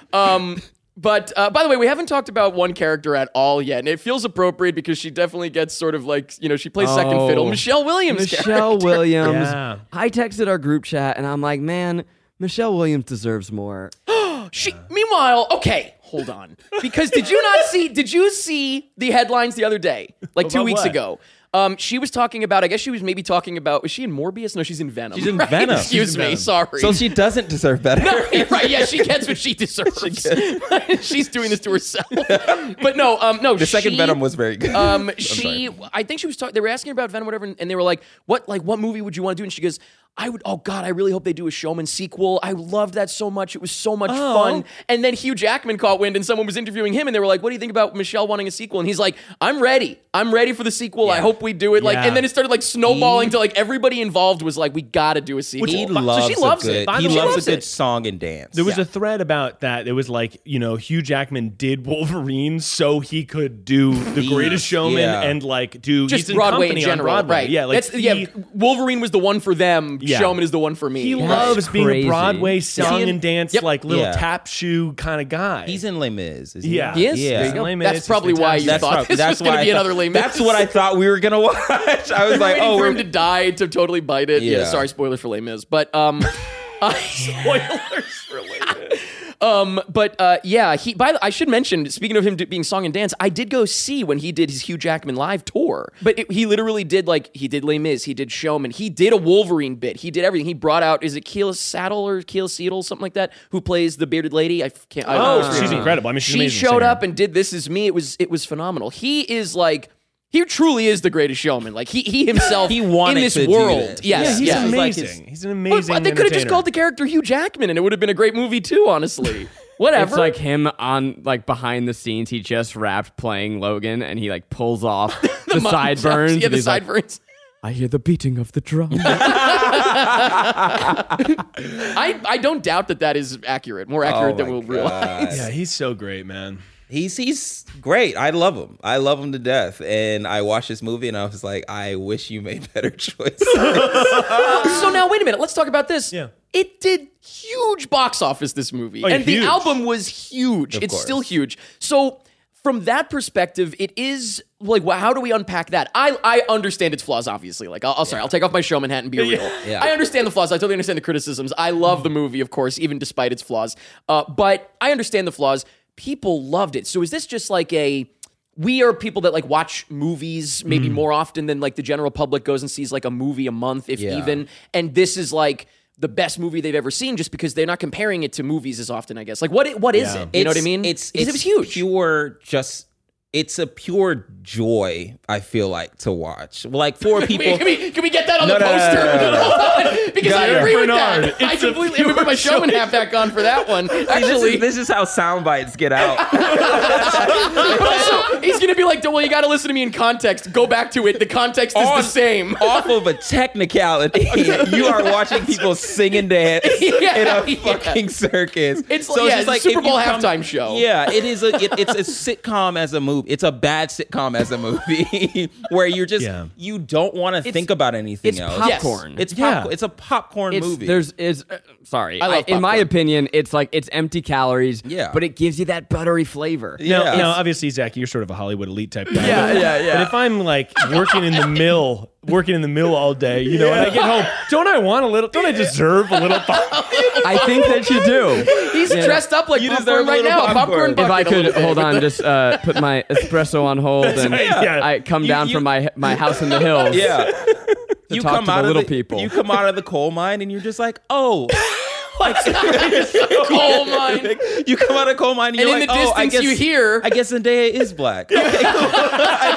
S4: But uh, by the way, we haven't talked about one character at all yet, and it feels appropriate because she definitely gets sort of like you know she plays second
S3: Oh.
S4: fiddle. Michelle Williams.
S3: Michelle Williams.
S5: Yeah.
S3: I texted our group chat and I'm like, man, Michelle Williams deserves more.
S4: She, meanwhile, okay, hold on. Because did you not see? Did you see the headlines the other day, like two
S5: About
S4: weeks
S5: what?
S4: ago? Um, she was talking about. I guess she was maybe talking about. Was she in Morbius? No, she's in Venom.
S6: She's in
S4: right?
S6: Venom.
S4: Excuse
S5: She's in
S4: me.
S5: Venom.
S4: Sorry.
S6: So she doesn't deserve better.
S4: right, yeah, she gets what she deserves. She's doing this to herself. But no, um, no.
S6: The second
S4: she,
S6: Venom was very good.
S4: um,
S6: sorry.
S4: she, I think she was talking. They were asking her about Venom, whatever, and, and they were like, "What, like, what movie would you want to do?" And she goes, "I would. Oh God, I really hope they do a Showman sequel. I loved that so much. It was so much
S5: Oh.
S4: fun." And then Hugh Jackman caught wind, and someone was interviewing him, and they were like, "What do you think about Michelle wanting a sequel?" And he's like, "I'm ready. I'm ready for the sequel. I hope we do it." Like,
S5: Yeah.
S4: and then it started like snowballing to like everybody involved was like, "We got to do a sequel."
S6: he
S4: So
S6: loves,
S4: she loves
S6: a good,
S4: it.
S6: He
S4: She
S6: loves,
S4: loves
S6: a good
S4: it.
S6: song and dance.
S5: There was a thread about that. It was like, you know, Hugh Jackman did Wolverine so he could do The Greatest Showman
S6: yeah.
S5: and like do
S4: Just
S5: He's in
S4: Broadway in
S5: Company on
S4: general,
S5: Broadway.
S4: right?
S5: Yeah, like
S4: That's, yeah.
S5: he-
S4: Wolverine was the one for them.
S5: Yeah.
S4: Showman is the one for me.
S5: He
S4: Yeah.
S5: loves being
S3: crazy.
S5: a Broadway song
S4: Seeing-
S5: and dance,
S4: Yep.
S5: like little
S6: Yeah.
S5: tap shoe kind of guy.
S6: He's in Les Mis. Is
S5: yeah,
S4: He is?
S6: Yeah.
S4: There you
S5: He's
S4: go.
S5: in Les Mis.
S4: That's
S5: He's
S4: probably why you
S5: fantastic.
S4: thought
S6: prob-
S4: this was
S6: why
S4: gonna
S6: I
S4: be
S6: thought-
S4: another Les Mis.
S6: That's what I thought we were gonna watch. I was like,
S4: waiting
S6: oh,
S4: for
S6: we're
S4: him to die to totally bite it. Yeah,
S6: Yeah.
S4: sorry, spoilers for Les Mis. But um, uh, spoilers for Les Mis. Um, but uh, yeah, he. By the, I should mention, speaking of him do, being song and dance, I did go see when he did his Hugh Jackman live tour. But it, he literally did like he did Les Mis, he did Showman, he did a Wolverine bit, he did everything. He brought out is it Keel Saddle or Keel Seedle something like that, who plays the bearded lady. I f- can't. I
S5: Oh,
S4: don't know.
S5: she's incredible. I mean, she's an
S4: she
S5: amazing
S4: showed
S5: singer.
S4: up and did this is me. It was it was phenomenal. He is like. He truly is the greatest showman. Like he, he himself
S6: He wanted
S4: in this
S6: to do
S4: world.
S6: this.
S5: Yeah,
S4: Yes,
S5: he's
S4: yes.
S5: amazing.
S6: like his-
S5: he's an
S4: But-
S5: amazing.
S4: but they could have just
S5: entertainer.
S4: called the character Hugh Jackman, and it would have been a great movie too. Honestly, whatever.
S3: It's like him on like behind the scenes. He just rapped playing Logan, and he like pulls off the,
S4: Mom-
S3: sideburns.
S4: Yeah,
S3: and
S4: the
S3: he's like,
S4: sideburns.
S3: I hear the beating of the drum. yeah,
S4: I, I don't doubt that that is accurate. More accurate
S6: Oh
S4: than
S6: my
S4: we'll
S6: God.
S4: realize.
S5: Yeah, he's so great, man.
S6: he's he's great. I love him. I love him to death. And I watched this movie and I was like, I wish you made better choices.
S4: so now, wait a minute. Let's talk about this.
S5: Yeah.
S4: It did huge box office, this movie.
S5: Oh,
S4: and
S5: huge.
S4: the album was huge. it's
S6: course.
S4: still huge. So, from that perspective, it is like, wh- how do we unpack that? I, I understand its flaws, obviously. Like, I'll, I'll- sorry, I'll take off my showman hat and be real.
S6: Yeah.
S4: I understand the flaws. I totally understand the criticisms. I love the movie, of course, even despite its flaws. Uh, but I understand the flaws. People loved it. So, is this just like a. We are people that like watch movies maybe
S6: Hmm.
S4: more often than like the general public goes and sees like a movie a month, if
S6: Yeah.
S4: even and this is like the best movie they've ever seen just because they're not comparing it to movies as often i guess like what what is it you know what i
S6: It's-
S4: mean
S6: It's
S4: Because it was
S6: it's
S4: huge
S6: Pure, just it's a pure joy. I feel like to watch. Like for people,
S4: Wait, can, we, can we get that on
S6: No,
S4: the
S6: no, no,
S4: poster?
S6: no, no, no.
S4: Hold on, because I
S5: Got it.
S4: agree with that.
S5: Bernard,
S4: I
S5: it's a
S4: completely I would put my showman half back on for that one.
S6: See, this,
S4: Actually,
S6: is, this is how sound bites get out.
S4: but also he's gonna be like, "Well, you got to listen to me in context. Go back to it. The context is
S6: On-
S4: the same."
S6: Off of a technicality, you are watching people sing and dance
S4: Yeah,
S6: in a
S4: yeah.
S6: fucking circus.
S4: It's like- yeah,
S6: just
S4: it's a Super
S6: if you
S4: Bowl
S6: come-
S4: halftime show.
S6: Yeah, it is a it, it's a sitcom as a movie. It's a bad sitcom as a movie where you're just
S5: Yeah.
S6: you don't want to think about anything
S3: it's
S6: else.
S3: popcorn.
S6: It's
S5: Yeah.
S6: popcorn. It's a popcorn
S3: It's,
S6: movie.
S3: there's is uh, sorry.
S4: I love
S3: in my
S4: popcorn.
S3: opinion, it's like it's empty calories.
S6: Yeah.
S3: but it gives you that buttery flavor.
S5: Now,
S6: Yeah.
S5: now, obviously, Zach, you're sort of a Hollywood elite type guy.
S3: Yeah, yeah, yeah.
S5: But if I'm like working in the mill working in the mill all day, you know, and I get home. Don't I want a little? Don't I deserve a little? Pop?
S3: I think that you do.
S4: He's dressed up like
S6: You
S4: popcorn
S6: deserve a
S4: right
S6: little
S4: now. a
S6: popcorn.
S4: Popcorn.
S3: If I
S4: bucket a
S3: could
S4: little bit
S3: hold
S4: with
S3: on,
S4: the-
S3: just uh, put my espresso on hold, and
S5: right, yeah.
S3: I come
S6: You-
S3: down
S6: you-
S3: from my my house in the hills.
S6: Yeah. You
S3: talk
S6: come
S3: to the
S6: out
S3: little
S6: of the,
S3: people.
S6: You come out of the coal mine and you're just like, oh,
S4: coal mine.
S6: Like, you come out of coal mine and,
S4: And
S6: you're
S4: in
S6: like,
S4: the
S6: oh, I
S4: distance
S6: guess
S4: you hear-
S6: I guess Zendaya is black. Okay, cool. I,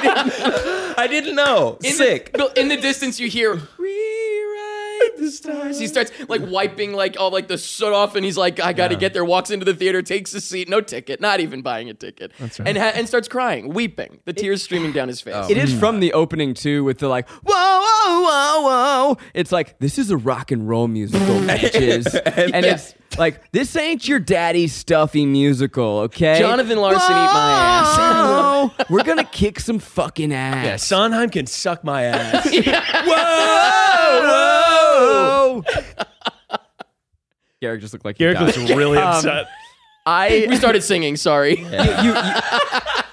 S6: didn't, I didn't know.
S4: In
S6: Sick.
S4: The, in the distance, you hear rewrite the stars. He starts like wiping like all like the soot off, and he's like, "I got to get there." Walks into the theater, takes a seat, no ticket, not even buying a ticket, That's right. and ha- and starts crying, weeping, the tears streaming down his face.
S6: Oh.
S3: It is from the opening too, with the like, whoa, whoa, whoa, whoa. It's like this is a rock and roll musical, bitches, and it's like this ain't your daddy's stuffy musical, okay?
S4: Jonathan Larson, eat my
S3: ass. We're gonna kick some fucking ass.
S5: Sondheim can suck my ass.
S3: Whoa, whoa. Garrick just looked like he
S5: Garrick
S3: died.
S5: was really upset.
S3: I
S4: We started singing. Sorry.
S3: you, you-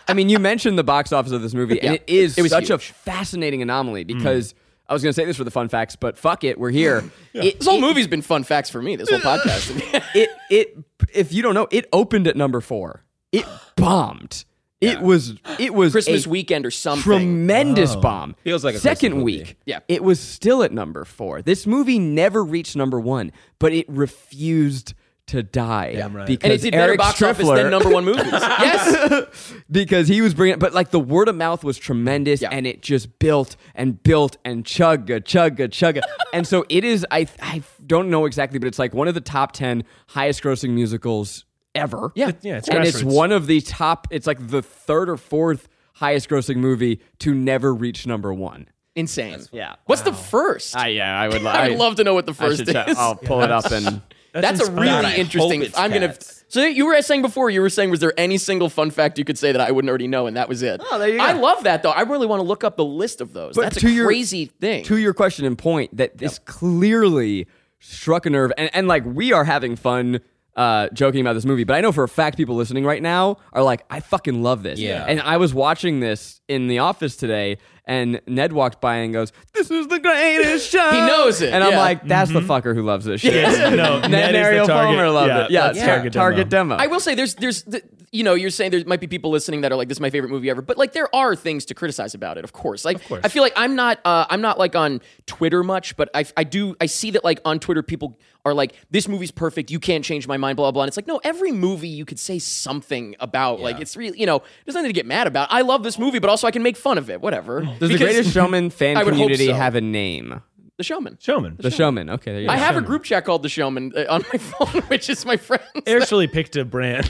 S3: I mean, you mentioned the box office of this movie, and it Mm. is
S4: It was
S3: such
S4: huge.
S3: a fascinating anomaly because I was going to say this for the fun facts, but fuck it, we're here. It,
S4: This whole movie's been fun facts for me. This whole podcast.
S3: it, it, if you don't know, it opened at number four. It bombed. It was, it was
S4: Christmas
S3: a
S4: weekend or something.
S3: Tremendous bomb.
S6: Feels like a
S3: second
S6: Christmas
S3: week.
S6: movie.
S4: Yeah.
S3: it was still at number four. This movie never reached number one, but it refused to die. Yeah,
S5: right.
S3: Because
S4: and it did better
S3: Eric
S4: box office
S3: Striffler-
S4: than number one movies. yes.
S3: because he was bringing, but like the word of mouth was tremendous,
S4: Yeah.
S3: and it just built and built and chugga chugga chugga, and so it is. I I don't know exactly, but it's like one of the top ten highest grossing musicals ever.
S4: Yeah.
S5: Yeah, it's
S3: and it's
S5: grassroots.
S3: one of the top. It's like the third or fourth highest grossing movie to never reach number one.
S4: Insane.
S3: Yeah.
S4: What's the first? I,
S3: yeah, I would.
S4: would love to know what the
S3: I
S4: first
S3: should Oh,
S4: is.
S3: check- I'll pull it up and.
S4: That's, a
S5: inspiring.
S4: really
S6: God, I
S4: interesting.
S6: hope it's
S4: I'm gonna.
S6: cats.
S4: So you were saying before, you were saying, was there any single fun fact you could say that I wouldn't already know, and that was it? Oh,
S3: there you go.
S4: I love that though. I really want to look up the list of those.
S3: But
S4: That's
S3: to
S4: a
S3: your-
S4: crazy thing.
S3: to your question and point that this clearly struck a nerve and, and like we are having fun uh, joking about this movie but i know for a fact people listening right now are like i fucking love this
S6: Yeah.
S3: and i was watching this in the office today and ned walked by and goes this is the greatest show
S4: He knows it,
S3: and i'm
S4: yeah.
S3: like that's the fucker who loves this shit
S5: Mm-hmm. Yes, no,
S3: ned,
S5: Ned
S3: and
S5: is the
S3: ariel
S5: target.
S3: Palmer loved
S5: Yeah,
S3: it yeah
S5: that's
S3: tar-
S5: target
S3: target,
S5: demo.
S3: demo
S4: I will say there's there's th- you know you're saying there might be people listening that are like this is my favorite movie ever but like there are things to criticize about it of course like I feel like I'm not uh, I'm not like on Twitter much but I, I do I see that like on Twitter people are like this movie's perfect you can't change my mind blah blah and it's like no every movie you could say something about like it's really you know there's nothing to get mad about I love this movie but also I can make fun of it whatever
S3: does the
S4: Because-
S3: greatest showman fan
S4: I would hope
S3: community
S4: so.
S3: have a name
S4: The Showman
S5: Showman.
S3: the showman okay there you go.
S4: I have a group chat called The Showman uh, on my phone which is my friends
S5: Eric's really picked a brand.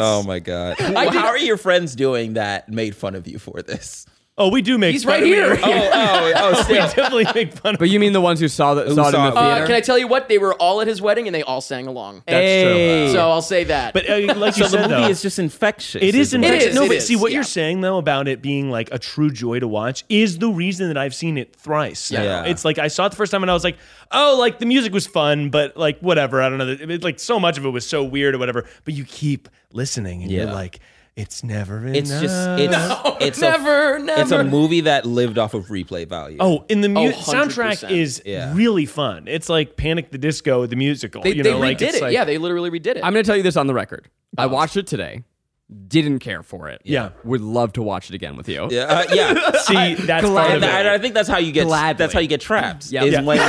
S6: Oh my god. How are your friends doing that? Made fun of you for this?
S5: Oh, we do make.
S4: He's
S5: fun-
S4: right
S5: we-
S4: here.
S6: Oh, oh, oh!
S5: We
S6: Still.
S5: definitely make fun of.
S3: but you mean the ones who saw, the, saw it
S6: saw
S3: in
S6: it.
S3: the
S6: Uh,
S3: theater
S4: uh, can I tell you what they were all at his wedding and they all sang along
S3: Hey.
S4: So I'll say that.
S5: But uh, like you
S6: So the
S5: said,
S6: movie
S5: though,
S6: is just infectious.
S5: It is
S6: isn't
S4: It
S5: infectious.
S4: is,
S5: No,
S4: it
S5: but
S4: is,
S5: see what
S4: yeah.
S5: you're saying though about it being like a true joy to watch is the reason that I've seen it thrice. now.
S6: Yeah.
S5: It's like I saw it the first time and I was like, oh, like the music was fun, but like whatever. I don't know. It, like so much of it was so weird or whatever. But you keep listening and you're
S6: Yeah.
S5: like, it's never enough.
S6: It's just it's it's
S4: never,
S6: a,
S4: never.
S6: It's a movie that lived off of replay value.
S5: Oh, and the mu-
S4: Oh, 100%.
S5: soundtrack is
S6: Yeah.
S5: really fun. It's like Panic the Disco, the musical.
S4: they,
S5: you
S4: they
S5: know, like,
S4: redid
S5: it's
S4: it.
S5: like-
S4: yeah, they literally redid it.
S3: I'm going to tell you this on the record. I watched it today. Didn't care for it.
S5: Yeah.
S3: Would love to watch it again with you.
S6: yeah, uh, yeah.
S5: See, that's
S3: Glad
S5: part
S6: And
S5: of it.
S6: I, I think that's how you get.
S3: Gladly.
S6: That's how you get trapped.
S3: Yeah.
S6: Is
S3: Yeah.
S6: when you,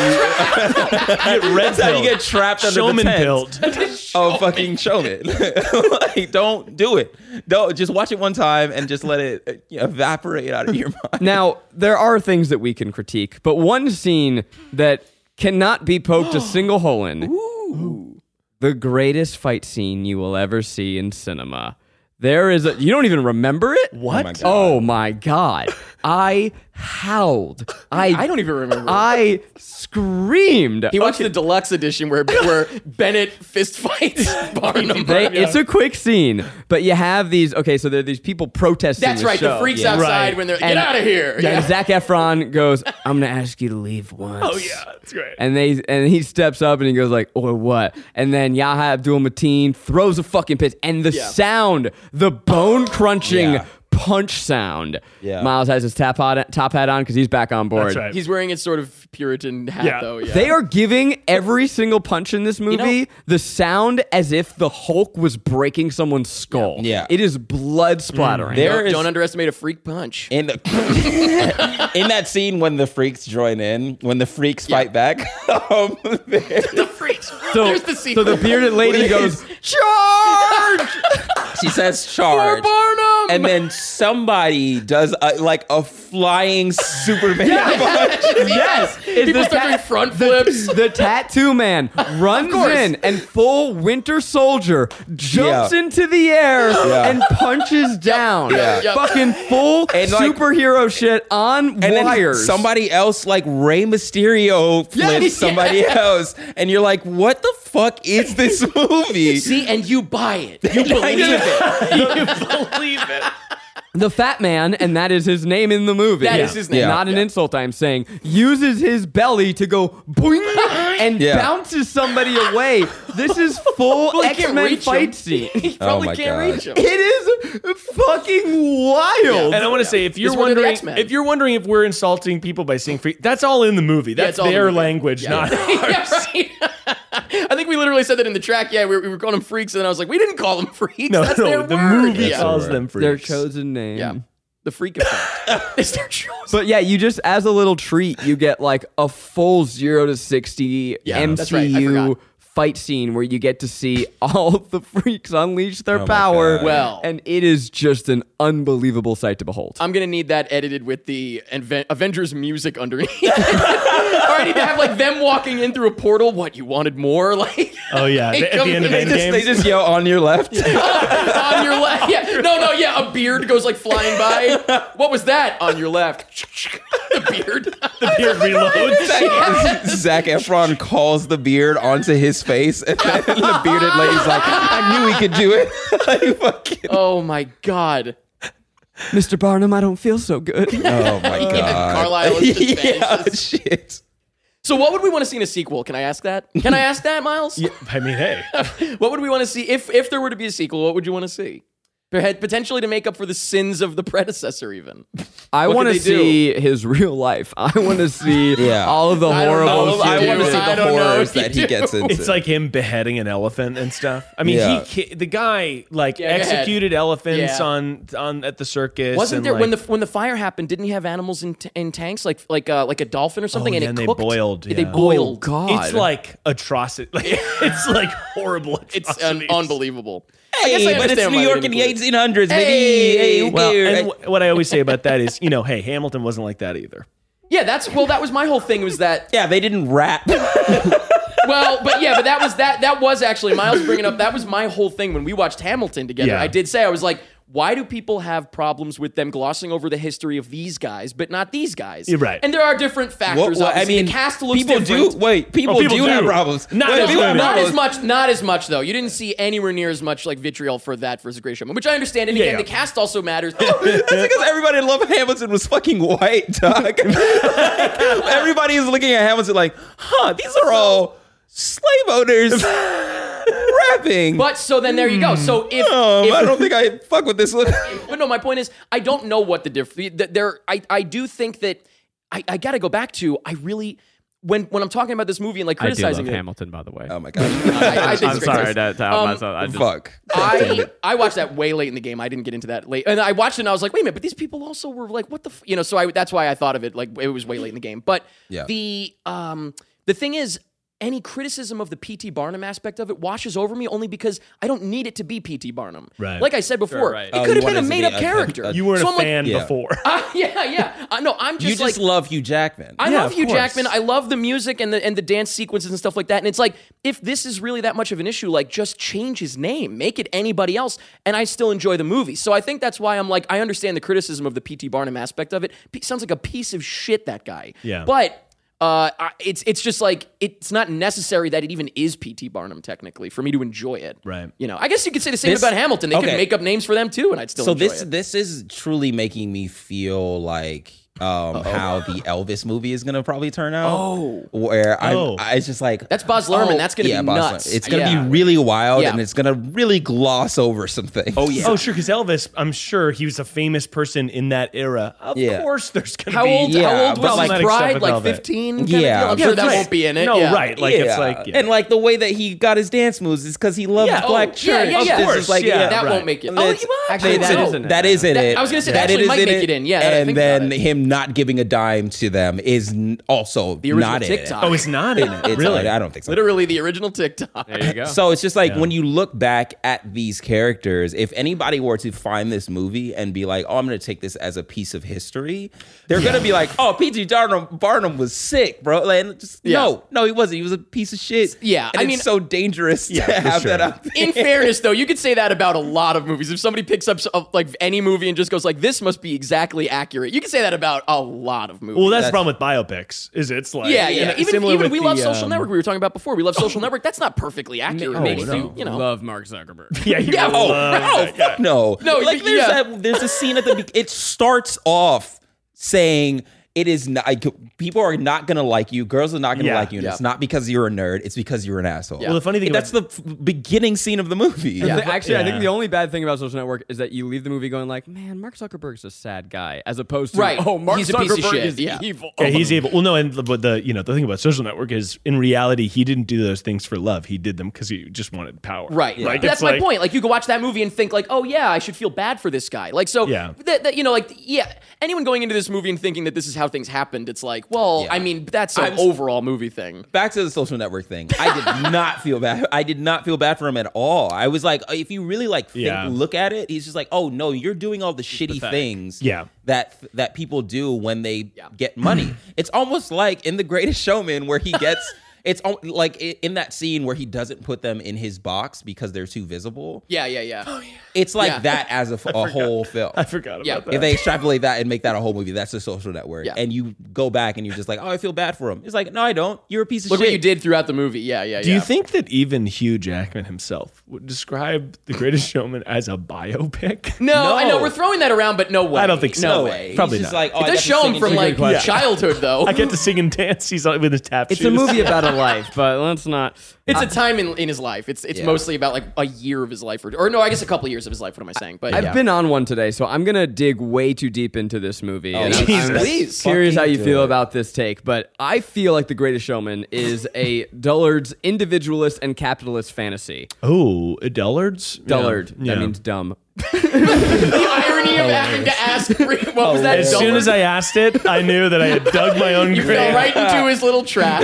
S6: that's how you get trapped under the
S5: showman
S6: tent.
S5: built.
S6: Oh, fucking showman! like, don't do it. Don't just watch it one time and just let it uh, evaporate out of your mind.
S3: Now, there are things that we can critique, but one scene that cannot be poked a single hole in. The greatest fight scene you will ever see in cinema. There is a you don't even remember it? What?
S6: God.
S3: Oh my god. I howled. I
S4: I don't even remember.
S3: I screamed.
S4: he watched the deluxe edition where where Bennett fist fights Barnum.
S3: They, It's a quick scene, but you have these. Okay, so there are these people protesting.
S4: That's
S3: the
S4: right.
S3: Show.
S4: The freaks
S5: Yeah.
S4: outside
S5: Right.
S4: when they're get
S3: And-
S4: out of here.
S3: Yeah, And Zach Efron goes, "I'm gonna ask you to leave once."
S5: Oh yeah, that's great.
S3: And they and he steps up and he goes like, "Or what?" And then Yaha Abdul Mateen throws a fucking pitch, and the sound, the bone crunching. punch sound.
S6: Yeah.
S3: Miles has his top hat, top hat on because he's back on board.
S5: That's right.
S4: He's wearing his sort of Puritan hat,
S5: Yeah.
S4: though. Yeah.
S3: They are giving every single punch in this movie
S4: know-
S3: the sound as if the Hulk was breaking someone's skull.
S6: Yeah.
S3: It is blood splattering.
S6: There
S4: don't,
S6: is-
S4: don't underestimate a freak punch.
S6: in the in that scene when the freaks join in, when the freaks fight back, um, there-
S4: Freaks.
S3: so,
S4: There's the
S3: so
S4: sequel.
S3: the bearded lady goes,
S6: charge. she says charge.
S4: Barnum.
S6: And then somebody does a, like a flying Superman punch.
S3: Yes, is
S4: People
S3: the
S4: start
S3: ta-
S4: doing front flips.
S3: the tattoo man runs in and full Winter Soldier jumps
S6: Yeah.
S3: into the air
S6: Yeah.
S3: and punches down.
S6: Yeah.
S4: Yep.
S3: Fucking full
S6: And, like-
S3: superhero shit on
S6: And then
S3: wires.
S6: somebody else, like Rey Mysterio, flips
S4: Yeah.
S6: somebody else, and you're like, "What the fuck is this movie?"
S4: See, and you buy it. You believe it.
S5: believe it.
S3: the fat man, and that is his name in the movie.
S4: That is his name.
S6: Yeah.
S3: Not an
S6: Yeah.
S3: insult. I'm saying uses his belly to go boing and
S6: Yeah.
S3: bounces somebody away. This is full
S4: Well, he
S3: X
S4: can't
S3: Men
S4: reach him.
S3: fight scene.
S4: You probably
S6: Oh my
S4: can't
S6: God.
S4: reach him.
S3: It is fucking wild.
S5: And I want to say, if you're
S4: It's one of the
S5: wondering,
S4: X-Men.
S5: if you're wondering if we're insulting people by saying free, that's all in the movie. That's
S4: it's all in the
S5: their
S4: movie.
S5: language, not
S4: Yeah, right. I think we literally said that in the track. Yeah, we, we were calling them freaks, and then I was like, we didn't call them freaks.
S5: no,
S4: That's
S5: no.
S4: their
S5: The
S4: word.
S5: movie
S4: Yeah.
S5: calls them free.
S3: Their chosen name.
S4: yeah. The freak effect. it's their choice.
S3: But yeah, you just as a little treat, you get like a full zero to sixty
S4: Yeah, that's right, I
S3: MCU
S4: forgot.
S3: fight scene where you get to see all the freaks unleash their power.
S6: Oh God.
S4: Well.
S3: and it is just an unbelievable sight to behold.
S4: I'm gonna need that edited with the Aven- Avengers music underneath. Or I need to have like them walking in through a portal. What you wanted more? Like
S5: Oh yeah,
S4: They
S5: at the
S4: come-
S5: end of
S4: they
S5: Endgame,
S6: They just yell on your left.
S4: on your left. Yeah. No, no, yeah. A beard goes like flying by. What was that on your left? the beard.
S5: the beard reloads.
S6: Zach Efron calls the beard onto his face, and then the bearded lady's like, "I knew he could do it." Like, fucking-
S4: oh my god.
S3: Mr. Barnum, I don't feel so good.
S6: oh my god,
S4: Carlisle is just
S6: yeah, shit.
S4: So what would we want to see in a sequel? Can I ask that? Can I ask that, Miles?
S5: I mean, hey,
S4: What would we want to see if if there were to be a sequel? What would you want to see? Perhaps- Potentially to make up for the sins of the predecessor, even.
S3: I
S4: What
S3: want to
S4: could they do?
S3: see his real life. I want to see
S6: Yeah.
S3: all of the
S4: don't
S3: horrible.
S4: know.
S3: shit.
S6: Oh, I want to
S4: dude.
S6: see
S4: I
S6: the
S4: don't know
S6: horrors
S4: if you
S6: that he
S4: do.
S6: gets into.
S5: it's like him beheading an elephant and stuff. I mean,
S6: Yeah.
S5: he ki- the guy like
S4: Yeah, go ahead.
S5: executed elephants
S4: Yeah.
S5: on on at the circus.
S4: Wasn't
S5: and,
S4: there
S5: like,
S4: when the when the fire happened? Didn't he have animals in, t- in tanks like like uh, like a dolphin or something?
S5: Oh,
S4: and
S5: yeah,
S4: it
S5: and they
S4: cooked?
S5: boiled,
S4: They
S5: yeah. Oh,
S3: Oh
S4: boiled.
S3: God!
S5: It's like atrocity. Like, it's like horrible.
S4: It's un-
S5: atrocities.
S4: unbelievable. I guess I
S6: Hey, but it's
S4: understand why
S6: New
S4: they
S6: York in
S4: didn't
S6: the
S4: include it.
S6: 1800s, baby.
S4: Hey.
S6: Hey, who
S5: Well,
S6: cares?
S5: and wh- what I always say about that is, you know, hey, Hamilton wasn't like that either.
S4: Yeah, that's well. That was my whole thing. Was that
S6: yeah, they didn't rap.
S4: well, but yeah, but that was that. That was actually Miles bringing up. That was my whole thing when we watched Hamilton together.
S5: Yeah.
S4: I did say I was like, why do people have problems with them glossing over the history of these guys, but not these guys?
S5: You're right.
S4: And there are different factors.
S6: What- what- I
S4: obviously.
S6: mean,
S4: the cast looks
S6: people
S4: different.
S6: do. Wait, people,
S5: Oh, people
S6: do, have
S5: do.
S6: problems.
S5: Not
S6: Wait,
S5: as
S6: people have
S5: many.
S4: Not
S6: problems.
S4: as much, not as much though. You didn't see anywhere near as much like vitriol for that versus Grey Showman, which I understand. And
S5: Yeah,
S4: again,
S5: yeah.
S4: the cast also matters.
S6: That's because everybody in love with Hamilton was fucking white, dog. like, everybody is looking at Hamilton like, huh, these are all slave owners rapping.
S4: but so then there you go. So if,
S6: Um,
S4: if
S6: I don't think I fuck with this Oh one.
S4: But no, my point is, I don't know what the difference. There, I, I do think that I, I got to go back to. I really, when when I'm talking about this movie and like
S1: I do love
S4: criticizing it,
S1: Hamilton, by the way.
S3: Um,
S6: Oh my god.
S4: I, I think
S1: I'm
S4: it's
S1: sorry
S4: fantastic.
S1: to, to out myself. I just,
S6: fuck.
S4: I, I watched that way late in the game. I didn't get into that late, and I watched it and I was like, wait a minute, but these people also were like, what the, f-? you know? So I that's why I thought of it like it was way late in the game. But
S6: Yeah.
S4: the um the thing is. Any criticism of the P.T. Barnum aspect of it washes over me only because I don't need it to be P.T. Barnum.
S5: Right.
S4: Like I said before,
S3: right.
S4: it
S6: Oh,
S4: could
S6: you
S4: have been
S6: wanted
S4: a
S6: to be
S4: made up
S6: a-
S4: character.
S6: a-
S5: You weren't
S4: So
S5: a
S4: I'm like,
S5: fan
S6: Yeah.
S5: before.
S4: Uh, yeah, yeah. Uh, no, I'm just
S6: You just
S4: like
S6: love Hugh Jackman.
S4: I
S5: Yeah,
S4: love
S5: of
S4: Hugh
S5: course.
S4: Jackman. I love the music and the and the dance sequences and stuff like that. And it's like if this is really that much of an issue, like just change his name, make it anybody else, and I still enjoy the movie. So I think that's why I'm like I understand the criticism of the P.T. Barnum aspect of it. P- sounds like a piece of shit that guy.
S5: Yeah.
S4: but. Uh, I- it's it's just like it's not necessary that it even is P.T. Barnum technically for me to enjoy it.
S5: Right.
S4: You know, I guess you could say the same
S6: This-
S4: about Hamilton. They could
S6: okay.
S4: make up names for them too, and I'd still
S6: so
S4: enjoy
S6: this
S4: it.
S6: this is truly making me feel like um, how the Elvis movie is gonna probably turn out. Oh, where I,
S5: Oh.
S6: I it's just like oh,
S4: That's Baz Luhrmann. That's gonna be
S6: Baz Luhrmann.
S4: nuts.
S6: It's gonna
S4: Yeah.
S6: be really wild,
S4: Yeah.
S6: and it's gonna really gloss over some things. Oh yeah,
S5: Oh, sure, because Elvis, I'm sure he was a famous person in in that era. Of
S6: Yeah.
S5: course, there's gonna
S4: How
S5: be
S4: old?
S6: yeah,
S4: how old
S6: but
S4: was
S6: like-
S4: like,
S5: Problematic
S4: Pride?
S5: stuff
S4: Like
S5: about that.
S4: fifteen? kind of
S6: Yeah.
S4: deal? I'm sure that
S5: Right.
S4: won't be in it.
S5: No,
S4: yeah.
S5: right? Like it's like yeah.
S6: and like the way that he got his dance moves is because he loved
S5: Yeah, oh,
S6: black
S4: yeah,
S6: church.
S4: yeah, yeah.
S6: This
S4: Of
S6: is
S4: course,
S6: like
S5: yeah.
S6: yeah.
S4: That
S5: right.
S4: won't make it.
S6: And
S4: Oh,
S6: that's-
S4: you might.
S3: Actually,
S4: That's
S3: that
S4: dope.
S3: is in it.
S6: That is in
S4: That-
S6: it.
S4: I was gonna say,
S6: That
S4: actually
S6: is
S4: might
S6: in
S4: make it in. Yeah, now that I
S6: and
S4: think about
S6: then
S4: it.
S6: him not giving a dime to them is n- also
S4: The original
S6: not in it.
S4: TikTok.
S5: oh, it's not in it.
S6: It's-
S5: really?
S6: I don't think so.
S4: Literally the original TikTok.
S3: There you go.
S6: So it's just like when you look back at these characters, if anybody were to find this movie and be like, "Oh, I'm going to take this as a piece of history," they're going to be like, "Oh, P.G. Barnum, Barnum was sick, bro." Like, just,
S4: Yeah.
S6: No, no, he wasn't. He was a piece of shit.
S4: Yeah,
S6: and
S4: I
S6: it's
S4: mean-
S6: so dangerous
S5: Yeah,
S6: to
S5: for
S6: have that
S5: sure.
S6: up.
S4: In fairness, though, you could say that about a lot of movies. If somebody picks up uh, like any movie and just goes like, "This must be exactly accurate," you can say that about a lot of movies.
S5: Well, that's, the problem with biopics. Is it's like
S4: yeah, yeah.
S5: and
S4: Even,
S5: similar
S4: even
S5: with
S4: we
S5: the,
S4: love Social
S5: um,
S4: Network. We were talking about before. We love Social Network. That's not perfectly accurate.
S3: makes
S4: Makes
S3: you
S4: you, you know.
S3: Oh, love Mark Zuckerberg.
S5: Yeah, you
S4: Yeah.
S5: yeah.
S6: Oh,
S5: Love
S6: no, fuck no.
S4: No,
S6: like
S4: but
S6: there's
S4: yeah.
S6: that there's a scene at the be- it starts off saying it is not like, people are not gonna like you, girls are not gonna
S5: Yeah.
S6: like you, and it's
S4: Yeah.
S6: not because you're a nerd, it's because you're an asshole.
S4: Well,
S5: the funny thing
S6: that's the f- beginning scene of the movie.
S3: Yeah, actually, I think
S5: yeah.
S3: the only bad thing about Social Network is that you leave the movie going like, "Man, Mark Zuckerberg's a sad guy," as opposed to,
S4: Right.
S3: "Oh, Mark
S4: He's a piece of
S3: Zuckerberg
S4: shit."
S3: is
S4: Yeah.
S3: evil."
S5: Yeah, he's able. Well, no, and the, but the you know the thing about social network is in reality he didn't do those things for love. He did them because he just wanted power.
S4: Right.
S5: Like,
S4: That's
S5: it's
S4: my
S5: like-
S4: point. Like you could watch that movie and think like, oh yeah, I should feel bad for this guy. Like so
S5: Yeah.
S4: that, that you know, like yeah, anyone going into this movie and thinking that this is how things happened, it's like, well,
S6: Yeah.
S4: I mean, that's an
S6: I'm s-
S4: overall movie thing.
S6: back to the social network thing. I did not feel bad. I did not feel bad for him at all. I was like, if you really like think,
S5: Yeah.
S6: look at it, he's just like, oh no, you're doing all the shitty things
S5: Yeah.
S6: that that people do when they get money. it's almost like in The Greatest Showman where he gets. It's al- like i- in that scene where he doesn't put them in his box because they're too visible.
S4: Yeah, yeah,
S5: Oh,
S4: yeah.
S6: It's like
S4: Yeah.
S6: that as a, f- a whole film.
S5: I forgot about
S4: Yeah.
S5: that.
S6: If they extrapolate that and make that a whole movie, that's a social network.
S4: Yeah.
S6: And you go back and you're just like, oh, I feel bad for him. It's like, no, I don't. You're a piece of
S4: Look
S6: shit.
S4: what you did throughout the movie. Yeah, yeah, yeah.
S5: Do you think that even Hugh Jackman himself would describe The Greatest Showman as a biopic?
S4: No, I know
S6: No.
S4: we're throwing that around, but no way.
S5: I don't think so.
S4: No
S6: No
S4: way.
S6: way.
S5: Probably
S6: He's just
S5: not.
S6: like, oh,
S4: it
S6: I
S4: does
S6: got to
S4: show
S6: sing
S4: him from
S6: into your
S4: like
S6: question.
S4: childhood though.
S5: I get to sing and dance. He's like with his tap
S3: It's a
S5: shoes.
S3: movie about a life, but let's not.
S4: it's a time in, in his life. It's it's
S6: Yeah.
S4: mostly about like a year of his life, or, or no, I guess a couple years of his life. What am I saying? But
S3: I've
S4: yeah.
S3: been on one today, so I'm gonna dig way too deep into this movie. and I'm-
S5: Jesus.
S3: I'm
S4: Please.
S3: curious how you
S6: Fucking do
S3: feel
S6: it.
S3: about this take, but I feel like The Greatest Showman is a Dullard's individualist and capitalist fantasy.
S5: Oh, Dullards.
S3: Dullard,
S5: Yeah.
S3: that means dumb.
S4: the irony of having to ask three, what was that?
S5: Oh, As soon
S4: Dullard?
S5: as I asked it, I knew that I had dug my own
S4: you
S5: grave.
S4: fell right into his little trap.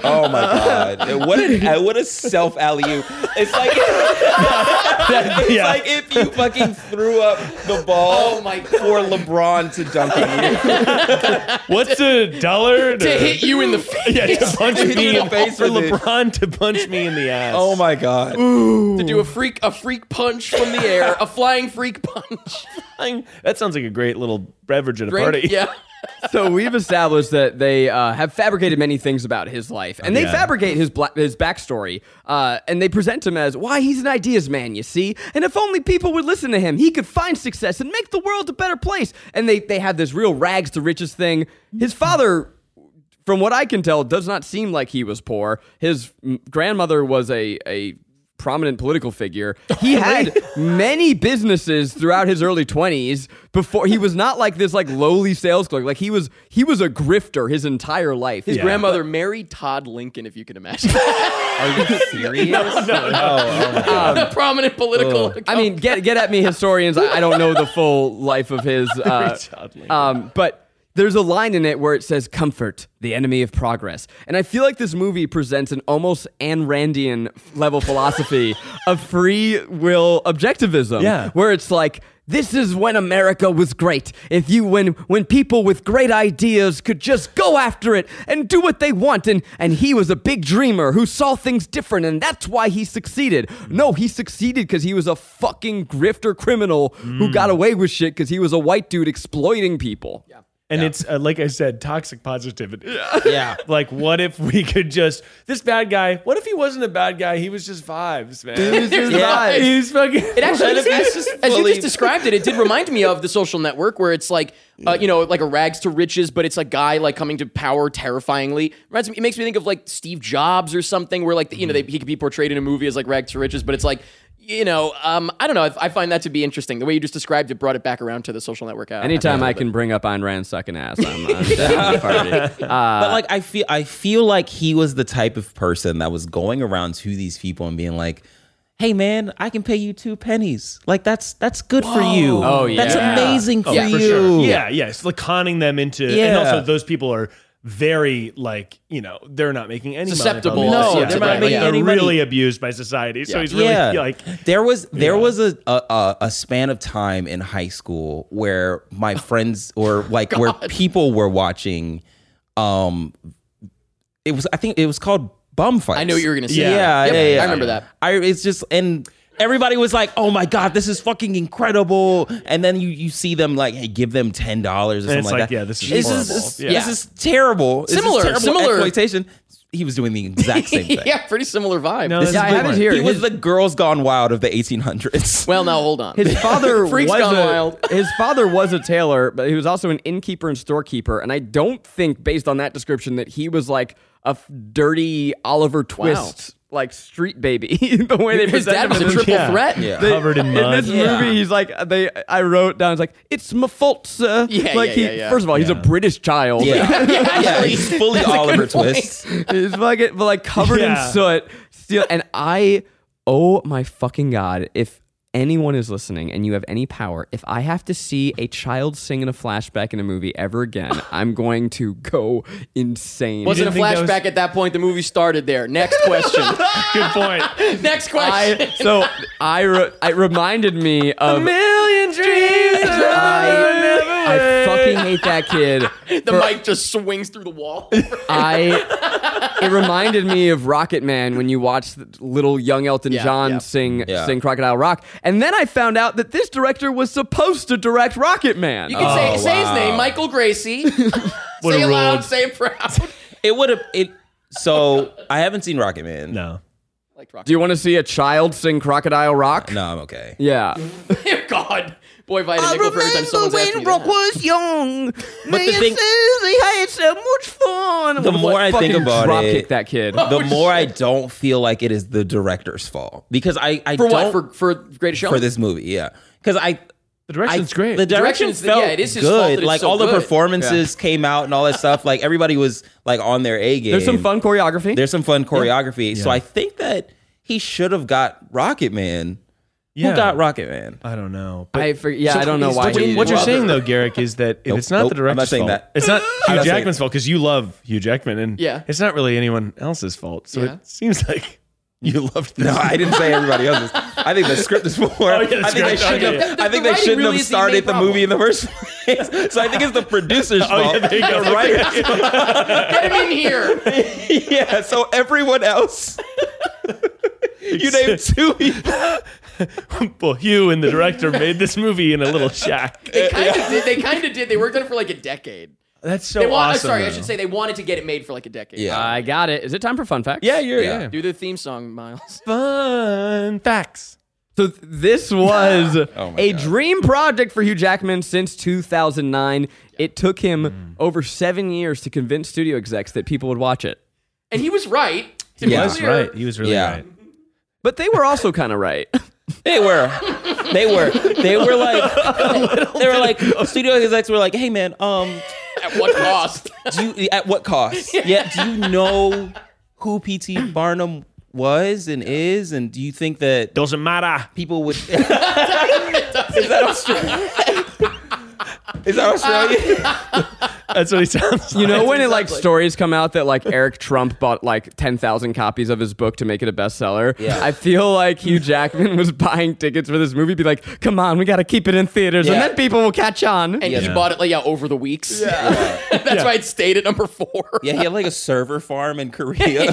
S6: Oh my god! What a uh, what a self alley oop! It's like it's
S5: yeah.
S6: like if you fucking threw up the ball
S4: Oh my
S6: for LeBron to dunk on you.
S5: What's a Dullard?
S4: to hit you in the face.
S5: Yeah, to punch
S6: hit
S5: me
S6: you in
S5: in
S6: the face
S5: for
S6: with it.
S5: LeBron to punch me in the ass.
S6: Oh my god!
S4: to do a freak a freak punch from the air, a flying freak punch.
S5: my! That sounds like a great little beverage at a
S4: Drink-
S5: party.
S4: Yeah.
S3: so we've established that they uh, have fabricated many things about his life, and they
S5: Yeah.
S3: fabricate his bla- his backstory, uh, and they present him as why he's an ideas man, you see. And if only people would listen to him, he could find success and make the world a better place. And they they have this real rags to riches thing. His father. From what I can tell, does not seem like he was poor. His mm, grandmother was a, a prominent political figure. He had many businesses throughout his early 20s before he was not like this like lowly sales clerk. Like he was he was a grifter his entire life. His
S5: Yeah.
S4: Grandmother married Todd Lincoln, if you can imagine.
S6: Are you serious?
S4: a
S5: Um,
S4: prominent political.
S3: I mean, get get at me, historians. I, I don't know the full life of his. Uh,
S5: Toddler.
S3: um, but there's a line in it where it says, "Comfort, the enemy of progress," and I feel like this movie presents an almost Ayn Randian level philosophy of free will objectivism,
S5: Yeah.
S3: where it's like. This is when America was great. If you when when people with great ideas could just go after it and do what they want and and he was a big dreamer who saw things different and that's why he succeeded. No, he succeeded cuz he was a fucking grifter criminal who got away with shit cuz he was a white dude exploiting people.
S5: And it's uh, like I said, toxic positivity.
S6: Yeah.
S5: Like, what if we could just this bad guy? What if he wasn't a bad guy? He was just vibes, man.
S4: There's
S3: Yeah.
S4: vibes.
S5: He's fucking.
S4: It actually,
S6: What if
S4: as,
S6: he's just
S4: as you
S6: fully-
S4: just described it, it did remind me of the social network where it's like, uh, you know, like a rags to riches, but it's a guy like coming to power terrifyingly. Reminds me, it makes me think of like Steve Jobs or something where like, you know, they, he could be portrayed in a movie as like rags to riches, but it's like, you know, um, I don't know. I, I find that to be interesting. The way you just described it brought it back around to the social network. app.
S3: Anytime I can bring up Ayn Rand sucking ass, I'm, I'm definitely party.
S6: but like I feel I feel like he was the type of person that was going around to these people and being like, "Hey man, I can pay you two pennies. Like that's that's good for you.
S3: Oh, yeah.
S6: that's amazing for
S4: yeah,
S6: you.
S4: for sure.
S5: Yeah, yeah. It's like conning them into. And
S6: Yeah.
S5: also, those people are very like you know they're not making any
S4: Susceptible.
S5: Money from this.
S4: No,
S5: yeah,
S4: they're
S5: they're
S4: not
S5: like,
S4: making
S5: they're
S6: any money.
S5: really abused by society. So he's really
S6: yeah.
S5: like
S6: there was there was a, a- a a span of time in high school where my
S5: Oh
S6: friends or like where people were watching. Um, it was I think it was called bum fights.
S4: I know what you were going to say.
S5: Yeah.
S6: Yeah,
S4: Yep,
S6: yeah, yeah,
S4: I remember
S6: yeah.
S4: that.
S6: I it's just and everybody was like, "Oh my god, this is fucking incredible!" And then you you see them like, "Hey, give them ten dollars or
S5: And
S6: something
S5: it's like,
S6: like, that."
S5: yeah, this is
S6: this
S5: horrible.
S6: is,
S5: Yeah.
S6: this is terrible. This is
S4: Similar,
S6: terrible
S4: similar.
S6: exploitation. He was doing the exact same thing.
S4: yeah, pretty similar vibe.
S5: No,
S4: This-
S5: this is
S3: I
S5: a
S3: have
S5: good
S3: it
S5: one.
S3: here.
S6: He was
S3: His-
S6: the Girls Gone Wild of the 1800s.
S4: well, now hold on.
S3: His father
S4: Freaks
S3: was
S4: Gone
S3: a,
S4: Wild.
S3: his father was a tailor, but he was also an innkeeper and storekeeper. And I don't think, based on that description, that he was like a f- dirty Oliver Twist, like street baby. the way they
S4: His
S3: present
S4: dad
S3: him
S4: was a
S3: in this-
S4: triple
S5: Yeah.
S4: threat.
S6: Yeah.
S3: They-
S5: Covered in mud.
S3: this
S6: Yeah.
S3: movie, he's like they. I wrote down. It's like it's my fault, sir.
S4: Yeah,
S3: like
S4: yeah,
S3: he,
S4: yeah, yeah.
S3: First of all, he's a British child.
S6: yeah.
S4: actually,
S6: yeah, he's fully
S4: that's a
S6: Oliver
S4: good point.
S6: Twist.
S3: It's fucking but like covered
S5: Yeah.
S3: in soot. Still, and I, oh my fucking god! If anyone is listening and you have any power, if I have to see a child sing in a flashback in a movie ever again, I'm going to go insane.
S4: Wasn't a
S5: didn't think that
S4: flashback
S5: was-
S4: at that point. The movie started there. Next question.
S5: good point.
S4: Next question.
S3: I, so I re- it reminded me of
S5: Million dreams.
S3: I, I fucking hate that kid.
S4: the
S3: for-
S4: mic just swings through the wall.
S3: I it reminded me of Rocket Man when you watched the little young Elton
S4: Yeah,
S3: John
S4: yeah.
S3: sing
S6: Yeah.
S3: sing Crocodile Rock, and then I found out that this director was supposed to direct Rocket Man.
S4: You can
S5: Oh,
S4: say, say his name, Michael Gracie. say it loud,
S5: ruled.
S4: say it proud.
S6: It would have it. So I haven't seen Rocket Man.
S5: No.
S4: like rock.
S3: Do you want to see a child sing Crocodile Rock?
S6: no, I'm okay.
S3: Yeah.
S4: Dear God. Boy, if I had a nickel for every time someone's asked me that.
S3: was young. But
S6: the thing-
S3: had so much fun.
S6: The more I think about it-
S3: kick that kid.
S6: The more I don't feel like it is the director's fault because I I
S4: For what?
S6: don't
S4: For, for Greatest Show?
S6: for this movie. Yeah, because I
S5: The
S6: I,
S5: direction's great.
S6: The direction
S4: Direction's-
S6: felt
S4: yeah, it is his fault that
S6: good.
S4: it's
S6: Like
S4: so
S6: all the
S4: good.
S6: performances came out and all that stuff. Like everybody was like on their A game.
S3: There's some fun choreography.
S6: There's some fun choreography. So I think that he should have got Rocket Man.
S5: yeah.
S6: Who got Rocket Man?
S5: I don't know.
S3: I for, yeah, I don't know why.
S5: What,
S3: he-
S5: you, what you're
S4: brother.
S5: saying though, Garrick, is that if it's not
S6: nope,
S5: the
S6: I'm
S5: director's
S6: not saying
S5: fault.
S6: that.
S5: It's not
S6: I'm
S5: Hugh
S6: not saying
S5: Jackman's fault because you love Hugh Jackman, and
S4: Yeah.
S5: it's not really anyone else's fault. So
S4: Yeah.
S5: it seems like you loved this.
S6: No, I didn't say everybody else's. I think the script is poor.
S5: yeah, the
S6: I think they
S5: script.
S6: shouldn't
S5: Okay,
S6: have.
S4: yeah.
S6: I think
S4: The
S6: they
S4: writing
S6: shouldn't
S4: really
S6: have
S4: is the main
S6: started the
S4: problem.
S6: movie in the first place. So I think it's the producer's fault.
S5: Oh, yeah, there you go.
S6: The writer-
S4: Get him in here.
S6: yeah, so everyone else. you named two people.
S5: Well, Hugh and the director made this movie in a little shack.
S4: They kind of did. They kind of did. They worked on it for like a decade.
S5: That's so
S4: They want,
S5: awesome.
S4: sorry, I
S5: though.
S4: should say they wanted to get it made for like a decade. Uh,
S3: I got it. Is it time for fun facts?
S5: Yeah, you're
S6: Yeah.
S5: yeah.
S4: Do the theme song, Miles.
S5: Fun facts.
S3: So th- this was
S6: Oh my
S3: a
S6: God.
S3: dream project for Hugh Jackman since 2009. It took him over seven years to convince studio execs that people would watch it,
S4: And he was right. To be
S6: Yeah.
S5: That's
S4: clear.
S5: right. He was really
S6: Yeah.
S5: right.
S3: but they were also kind of right.
S6: They were. They were. They were like they were like studio execs were like, "Hey man, um
S4: At what cost?
S6: do you at what cost? Yeah, do you know who PT Barnum was and is and do you think that
S5: Doesn't matter.
S6: people would Is that Australia? Is that Australia?
S5: That's what he sounds like.
S3: You know when it like
S4: Exactly.
S3: stories come out that like Eric Trump bought like 10,000 copies of his book to make it a bestseller.
S6: Yeah.
S3: I feel like Hugh Jackman was buying tickets for this movie, be like, "Come on, we got to keep it in theaters, and
S6: Yeah.
S3: then people will catch on."
S4: And he
S6: Yeah.
S4: bought it like yeah, over the weeks. That's why it stayed at number four.
S6: yeah, he had like a server farm in Korea.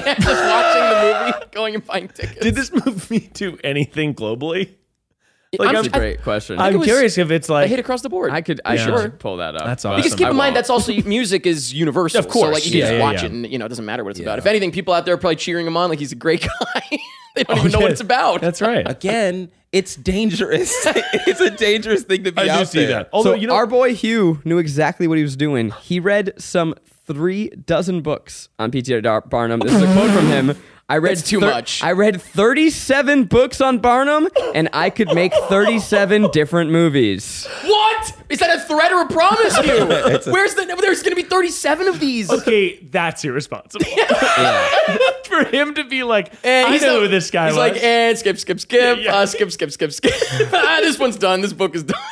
S4: Just watching the movie, going and buying tickets.
S5: Did this movie do anything globally? Like,
S4: I'm-
S5: I'm,
S3: That's a great question.
S5: I'm
S4: it was-
S5: curious if it's
S4: I
S5: like
S4: hit across the board.
S3: I could I
S5: Yeah.
S3: should pull that up.
S5: That's
S3: but
S5: awesome.
S4: Because keep
S3: I
S4: in mind,
S3: won't.
S4: that's also music is universal.
S5: Of course.
S4: so, like you can
S5: Yeah,
S4: just
S5: yeah,
S4: watch
S5: yeah.
S4: it, and you know, it doesn't matter what it's about.
S6: Yeah.
S4: If anything, people out there are probably cheering him on, like he's a great guy. they don't even know
S5: Oh, Yeah,
S4: what it's about.
S5: That's right.
S6: Again, it's dangerous. it's a dangerous thing to be
S5: I
S6: out
S5: do see
S6: there.
S5: that. Although
S3: so
S5: you know,
S3: our boy Hugh knew exactly what he was doing. He read some three dozen books on P.T. Dar- Barnum. This is a quote from him. I read
S4: That's too much.
S3: I read 37 books on Barnum, and I could make 37 different movies.
S4: What is that a threat or a promise? You? Where's the? There's going to be 37 of these.
S5: okay, that's irresponsible for him to be like.
S4: And
S5: I
S4: he's
S5: know
S4: like-
S5: who this guy
S4: He's
S5: was.
S4: like, and skip, skip, skip,
S5: Yeah, yeah.
S4: Uh, skip, skip, skip, skip. ah, this one's done. This book is done.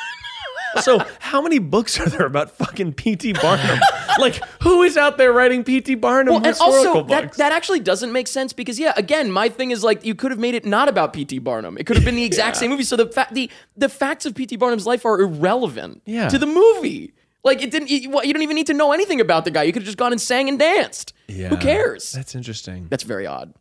S5: so how many books are there about fucking P.T. Barnum? like, who is out there writing P.T. Barnum
S4: Well, and
S5: historical
S4: also that,
S5: books?
S4: that actually doesn't make sense because yeah, again, my thing is like you could have made it not about P.T. Barnum. It could have been the exact same movie. So the fa- the the facts of P.T. Barnum's life are irrelevant
S5: Yeah.
S4: to the movie. Like it didn't. You, what- you don't even need to know anything about the guy. You could have just gone and sang and danced. Who cares? That's,
S5: That's interesting.
S4: very odd.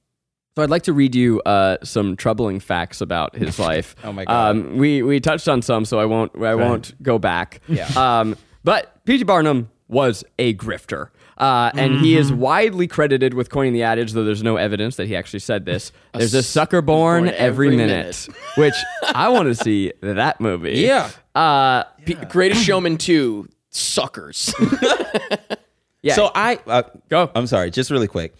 S3: So I'd like to read you uh, some troubling facts about his life. oh
S6: my God.
S3: Um, we we touched on some, so I won't I won't go back. Yeah. Um, but P.G. Barnum was a grifter, uh, and he is widely credited with coining the adage, though there's no evidence that he actually said this. There's a sucker born
S4: born
S3: every,
S4: every
S3: minute, which I want to see that movie.
S6: Yeah.
S3: Uh,
S4: P- Greatest Showman two suckers.
S3: yeah.
S6: So I uh,
S3: Go.
S6: I'm sorry, just really quick.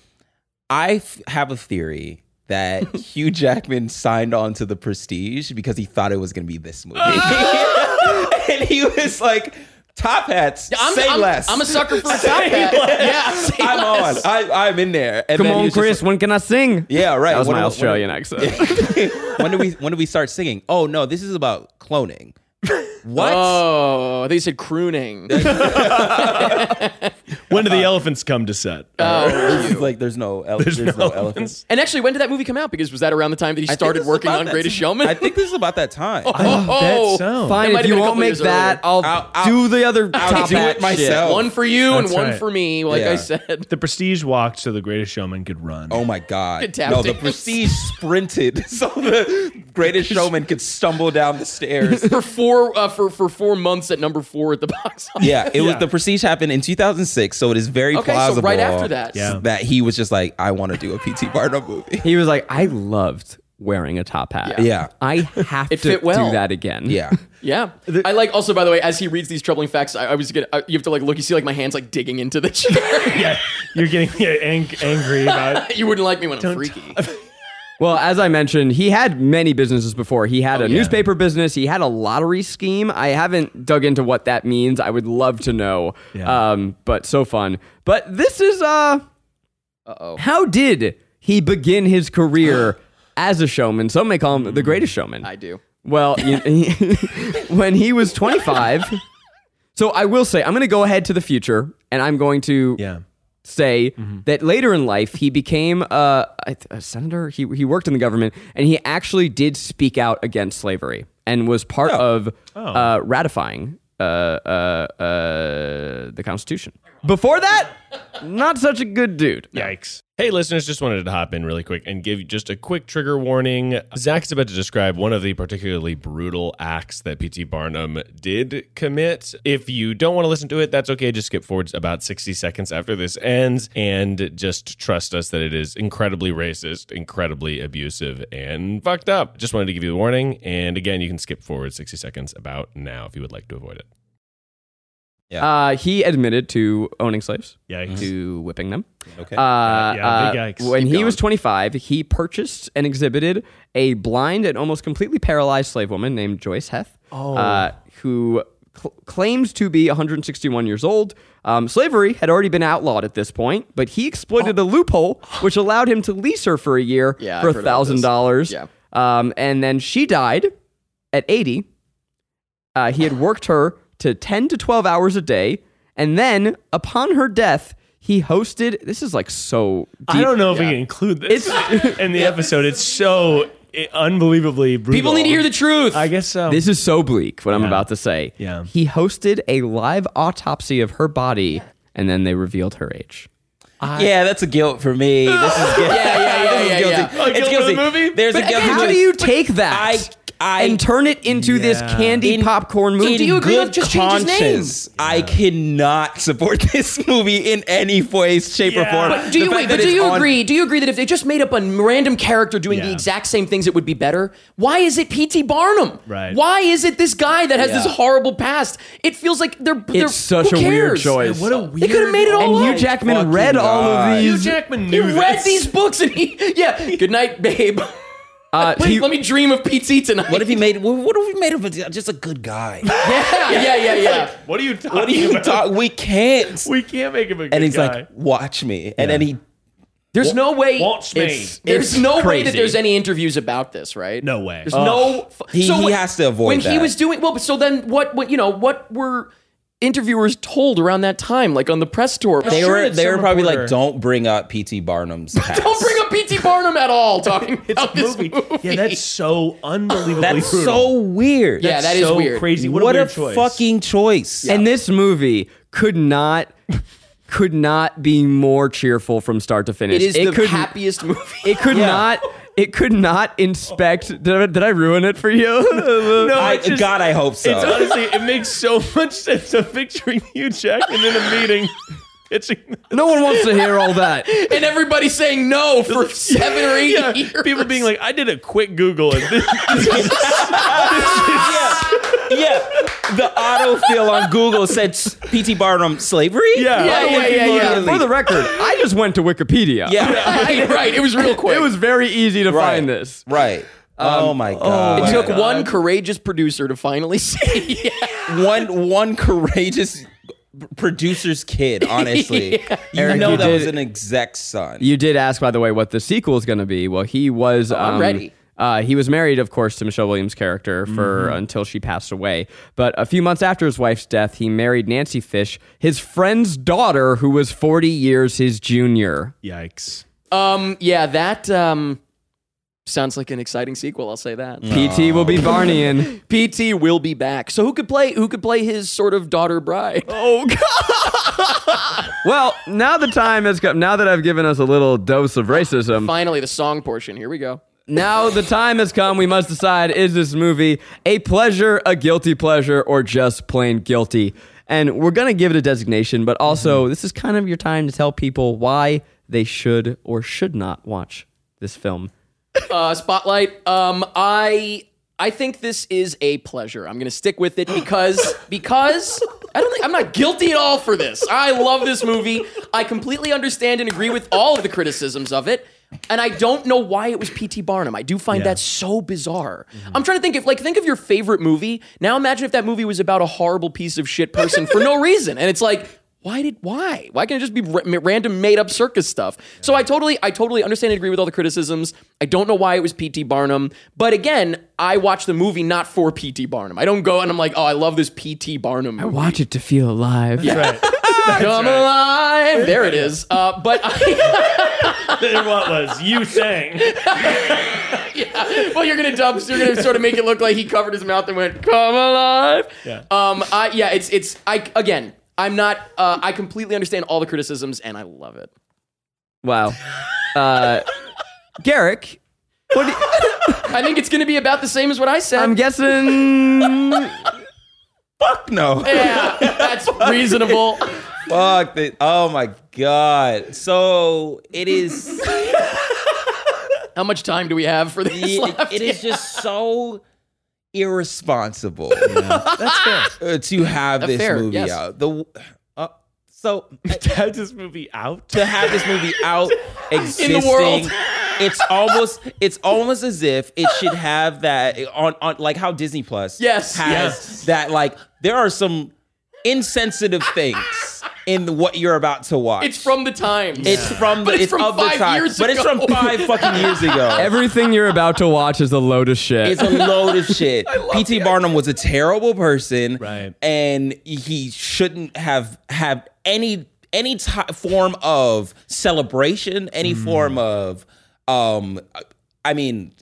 S6: I f- have a theory that Hugh Jackman signed on to the Prestige because he thought it was going to be this movie, and he was like, "Top hats,
S4: I'm,
S6: say
S4: I'm-
S6: less."
S4: I'm a sucker for a top hat. Yeah, say
S6: I'm on.
S4: less.
S6: I, I'm in there. And
S3: come
S6: then he
S3: on,
S6: was just
S3: Chris.
S6: like-
S3: when can I sing?
S6: yeah, right.
S3: That was
S6: When-
S3: my
S6: when-
S3: Australian accent.
S6: when do we when do we start singing? Oh no, this is about cloning. What?
S4: Oh, they said crooning.
S5: When do
S4: Uh,
S5: the elephants come to set?
S6: This is like there's no ele- there's, no, elephants.
S4: And actually, when did that movie come out? Because was that around the time that he
S6: I think this
S4: started
S6: is
S4: working
S6: about
S4: on
S6: that
S4: Greatest
S6: time.
S4: Showman?
S6: I think this is about that time.
S4: oh,
S5: so.
S4: It
S3: Fine, if
S4: might have
S3: you
S4: been a
S3: won't
S4: couple
S3: make
S4: years earlier.
S3: that, I'll,
S6: I'll- I'll-
S3: do the other top
S6: do
S3: hat
S6: it
S3: shit.
S6: myself.
S4: One for you and
S5: That's
S4: one
S5: right.
S4: for me, like I
S6: Yeah.
S4: said.
S5: The Prestige walked so the Greatest Showman could run.
S6: Oh my God!
S4: Good
S6: No, the
S4: tactics.
S6: prestige sprinted, so the greatest showman could stumble down the stairs.
S4: For four uh, for for four months at number four at the box office.
S6: Yeah, it was
S5: Yeah.
S6: the prestige happened in 2006, so it is very
S4: Okay,
S6: plausible.
S4: so right after that.
S5: Yeah.
S6: that he was just like, I want to do a PT Barnum movie.
S3: He was like, I loved wearing a top hat.
S6: Yeah.
S3: I have
S4: It
S3: to
S4: fit well.
S3: do that again.
S6: Yeah,
S4: Yeah. I like also by the way, as he reads these troubling facts, I, I was gonna I, you have to like look, you see like my hands like digging into the chair.
S5: Yeah, you're getting yeah, ang- angry about.
S4: you wouldn't like me when I'm freaky.
S3: Well, as I mentioned, he had many businesses before. He had a newspaper business. He had a lottery scheme. I haven't dug into what that means. I would love to know.
S5: Yeah.
S3: Um, but so fun. But this is uh, uh how did he begin his career as a showman? Some may call him the greatest showman.
S4: I do.
S3: Well, you, he- when he was 25. So I will say, I'm going to go ahead to the future and I'm going to
S5: Yeah, Mm-hmm.
S3: say that later in life, he became a, a- a senator. He, he worked in the government and he actually did speak out against slavery and was part
S5: Oh.
S3: of uh, ratifying uh, uh, uh, the Constitution. Before that, not such a good dude.
S5: yikes. Hey, listeners, just wanted to hop in really quick and give you just a quick trigger warning. Zach is about to describe one of the particularly brutal acts that P.T. Barnum did commit. If you don't want to listen to it, that's okay. Just skip forward about 60 seconds after this ends and just trust us that it is incredibly racist, incredibly abusive, and fucked up. Just wanted to give you the warning. And again, you can skip forward 60 seconds about now if you would like to avoid it.
S3: Uh, he admitted to owning slaves,
S5: Yikes.
S3: to whipping them.
S6: okay.
S3: Uh,
S5: Yeah, big
S3: uh,
S5: yikes.
S3: When he was 25, he purchased and exhibited a blind and almost completely paralyzed slave woman named Joyce Heth,
S4: Oh.
S3: uh, who cl- claimed to be 161 years old. Um, slavery had already been outlawed at this point, but he exploited a loophole which allowed him to lease her for a year
S4: Oh. Yeah,
S3: for
S4: I've heard about this.
S3: $1,000.
S4: Yeah.
S3: Um, and then she died at 80. Uh, he had worked her to 10 to 12 hours a day. And then upon her death, he hosted. This is like so deep.
S5: I don't know if we can include this in the episode. It's so i unbelievably brutal.
S4: People need to hear the truth.
S5: I guess so.
S3: This is so bleak what I'm about to say.
S5: Yeah.
S3: He hosted a live autopsy of her body and then they revealed her age.
S6: yeah, that's a guilt for me. This is guilt.
S4: yeah, yeah, yeah,
S6: was
S4: yeah,
S6: guilty.
S4: yeah. Oh,
S6: It's
S5: guilt of the
S6: guilty.
S5: movie?
S6: There's a
S3: But
S6: guilty.
S3: again, how
S6: movie.
S3: do you take that
S6: I I
S3: and turn it into this
S5: Yeah.
S3: candy popcorn movie?
S4: do you agree
S6: good
S4: with just change his name?
S6: conscience, I cannot support this movie in any way, shape,
S5: Yeah.
S6: or form.
S5: But
S4: Do you
S6: The fact
S4: wait,
S6: that
S4: but do
S6: it's
S4: you
S6: on-
S4: agree? Do you agree that if they just made up a random character doing the
S5: Yeah.
S4: exact same things, it would be better? Why is it P.T. Barnum?
S5: Right.
S4: Why is it this guy that has
S6: Yeah.
S4: this horrible past? It feels like they're. they're
S3: It's such
S4: who
S3: a weird
S4: cares?
S3: choice.
S5: What a
S4: They
S5: weird.
S4: could've made it all
S3: and
S4: Oh
S3: Hugh
S4: my
S3: Jackman
S6: fucking
S3: read all
S6: God.
S3: of
S5: Hugh
S3: these.
S5: Jackman
S4: He
S5: knew
S4: read
S5: this.
S4: these books and he. Yeah. Good night, babe.
S3: Uh,
S4: Wait,
S3: he-
S4: let me dream of PT tonight.
S6: What if he made? What what if we made him a- just a good guy?
S4: Yeah, yeah, yeah, yeah.
S5: What are you talking
S6: what do you
S5: about?
S6: talk? We can't.
S5: we can't make him a good
S6: and he's
S5: guy.
S6: like, "Watch me," and then he
S4: There's no way.
S5: Wants me.
S4: it's- There's
S3: It's
S4: no way that
S3: crazy.
S4: there's any interviews about this, right?
S5: No way.
S4: There's
S5: Oh.
S4: no. fu-
S6: He- he
S4: when-
S6: has to avoid
S4: when he
S6: that.
S4: was doing well. So then, what? What you know? What were interviewers told around that time? Like on the press tour,
S6: they
S5: sure
S6: were
S5: it's
S6: they
S5: some
S6: were probably
S5: reporter.
S6: like, "Don't bring up PT Barnum's." Past.
S4: don't bring up P.T. Barnum at all. Talking
S5: It's
S4: about
S5: a
S4: this
S5: movie.
S4: movie.
S5: Yeah, that's so unbelievably
S6: That's so
S5: brutal.
S6: weird.
S4: Yeah, that is
S5: so
S4: weird.
S5: crazy. What,
S6: what,
S5: a,
S6: a,
S5: weird choice.
S6: fucking choice.
S3: And this movie could not could not be more cheerful from start to finish.
S4: It is the
S3: could,
S4: happiest movie.
S3: It could not. It could not inspect. Did I, did I ruin it for you?
S5: No,
S6: I,
S5: it's just-
S6: God, I hope so.
S5: It's honestly, it makes so much sense. I'm picturing Hugh Jackman in a meeting, pitching. this.
S3: no one wants to hear all that.
S4: and everybody saying no for seven or eight
S5: Yeah,
S4: years.
S5: people being like, "I did a quick Google," and this,
S6: yeah, the autofill on Google said PT Barnum slavery.
S5: yeah,
S4: Yeah, yeah, yeah, yeah.
S3: For the record, I just went to Wikipedia.
S6: yeah,
S4: right, right. It was real quick.
S3: It was very easy to find this.
S6: right. oh my god!
S4: It took one courageous producer to finally say yes.
S6: one one courageous producer's kid. Honestly, you know
S3: you
S6: that
S3: did
S6: was
S3: it.
S6: an exec's son.
S3: You did ask, by the way, what the sequel is going to be. Well, he was.
S4: Oh, I'm
S3: um,
S4: ready.
S3: Uh, he was married, of course, to Michelle Williams' character for
S4: Mm-hmm.
S3: until she passed away. But a few months after his wife's death, he married Nancy Fish, his friend's daughter, who was 40 years his junior.
S5: Yikes!
S4: Um, yeah, that um sounds like an exciting sequel. I'll say that.
S3: PT will be Barneyan.
S4: PT will be back. So who could play? Who could play his sort of daughter bride? Oh God!
S3: well, now the time has come. Now that I've given us a little dose of racism,
S4: Finally, the song portion. Here we go.
S3: Now the time has come. We must decide is this movie a pleasure, a guilty pleasure, or just plain guilty? And we're going to give it a designation, but also this is kind of your time to tell people why they should or should not watch this film.
S4: Uh, spotlight. Um, I I think this is a pleasure. I'm gonna stick with it because because I don't think I'm not guilty at all for this. I love this movie. I completely understand and agree with all of the criticisms of it. And I don't know why it was P.T. Barnum. I do find that so bizarre. I'm trying to think if, like, think of your favorite movie. Now imagine if that movie was about a horrible piece of shit person for no reason. And it's like, why did why why can't it just be ra- random made up circus stuff so i totally i totally understand and agree with all the criticisms i don't know why it was pt barnum but again i watch the movie not for pt barnum i don't go and i'm like oh i love this pt barnum movie.
S3: Watch it to feel alive.
S4: come alive there it is uh, but I,
S5: Then what was you saying?
S4: well you're gonna dub you're gonna sort of make it look like he covered his mouth and went come alive
S5: Yeah.
S4: um i yeah it's it's i again i'm not uh, i completely understand all the criticisms and i love it
S3: Wow. Uh, Garrick, what do you-
S4: i think it's gonna be about the same as what i said
S3: I'm guessing.
S6: Fuck no.
S4: yeah, that's reasonable.
S6: Fuck the, Oh my god. So it is.
S4: How much time do we have for this?
S6: it,
S4: left?
S6: it is just so irresponsible
S5: That's fair.
S6: uh, to have this
S4: fair,
S6: movie
S4: yes.
S6: out. The uh, so
S5: to have this movie out.
S6: to have this movie out existing
S4: world.
S6: It's almost it's almost as if it should have that on on like how Disney Plus
S4: Yes,
S6: has
S5: yes.
S6: that like there are some insensitive things in what you're about to watch.
S4: It's from the times.
S6: It's from the,
S4: But it's
S6: it's,
S4: from
S6: of the
S4: five
S6: time,
S4: years
S6: but it's
S4: ago.
S6: from five fucking years ago.
S3: Everything you're about to watch is a load of shit.
S6: It's a load of shit. P.T. Barnum was a terrible person,
S5: Right.
S6: And he shouldn't have have any any ti form of celebration, any form of, um, I mean,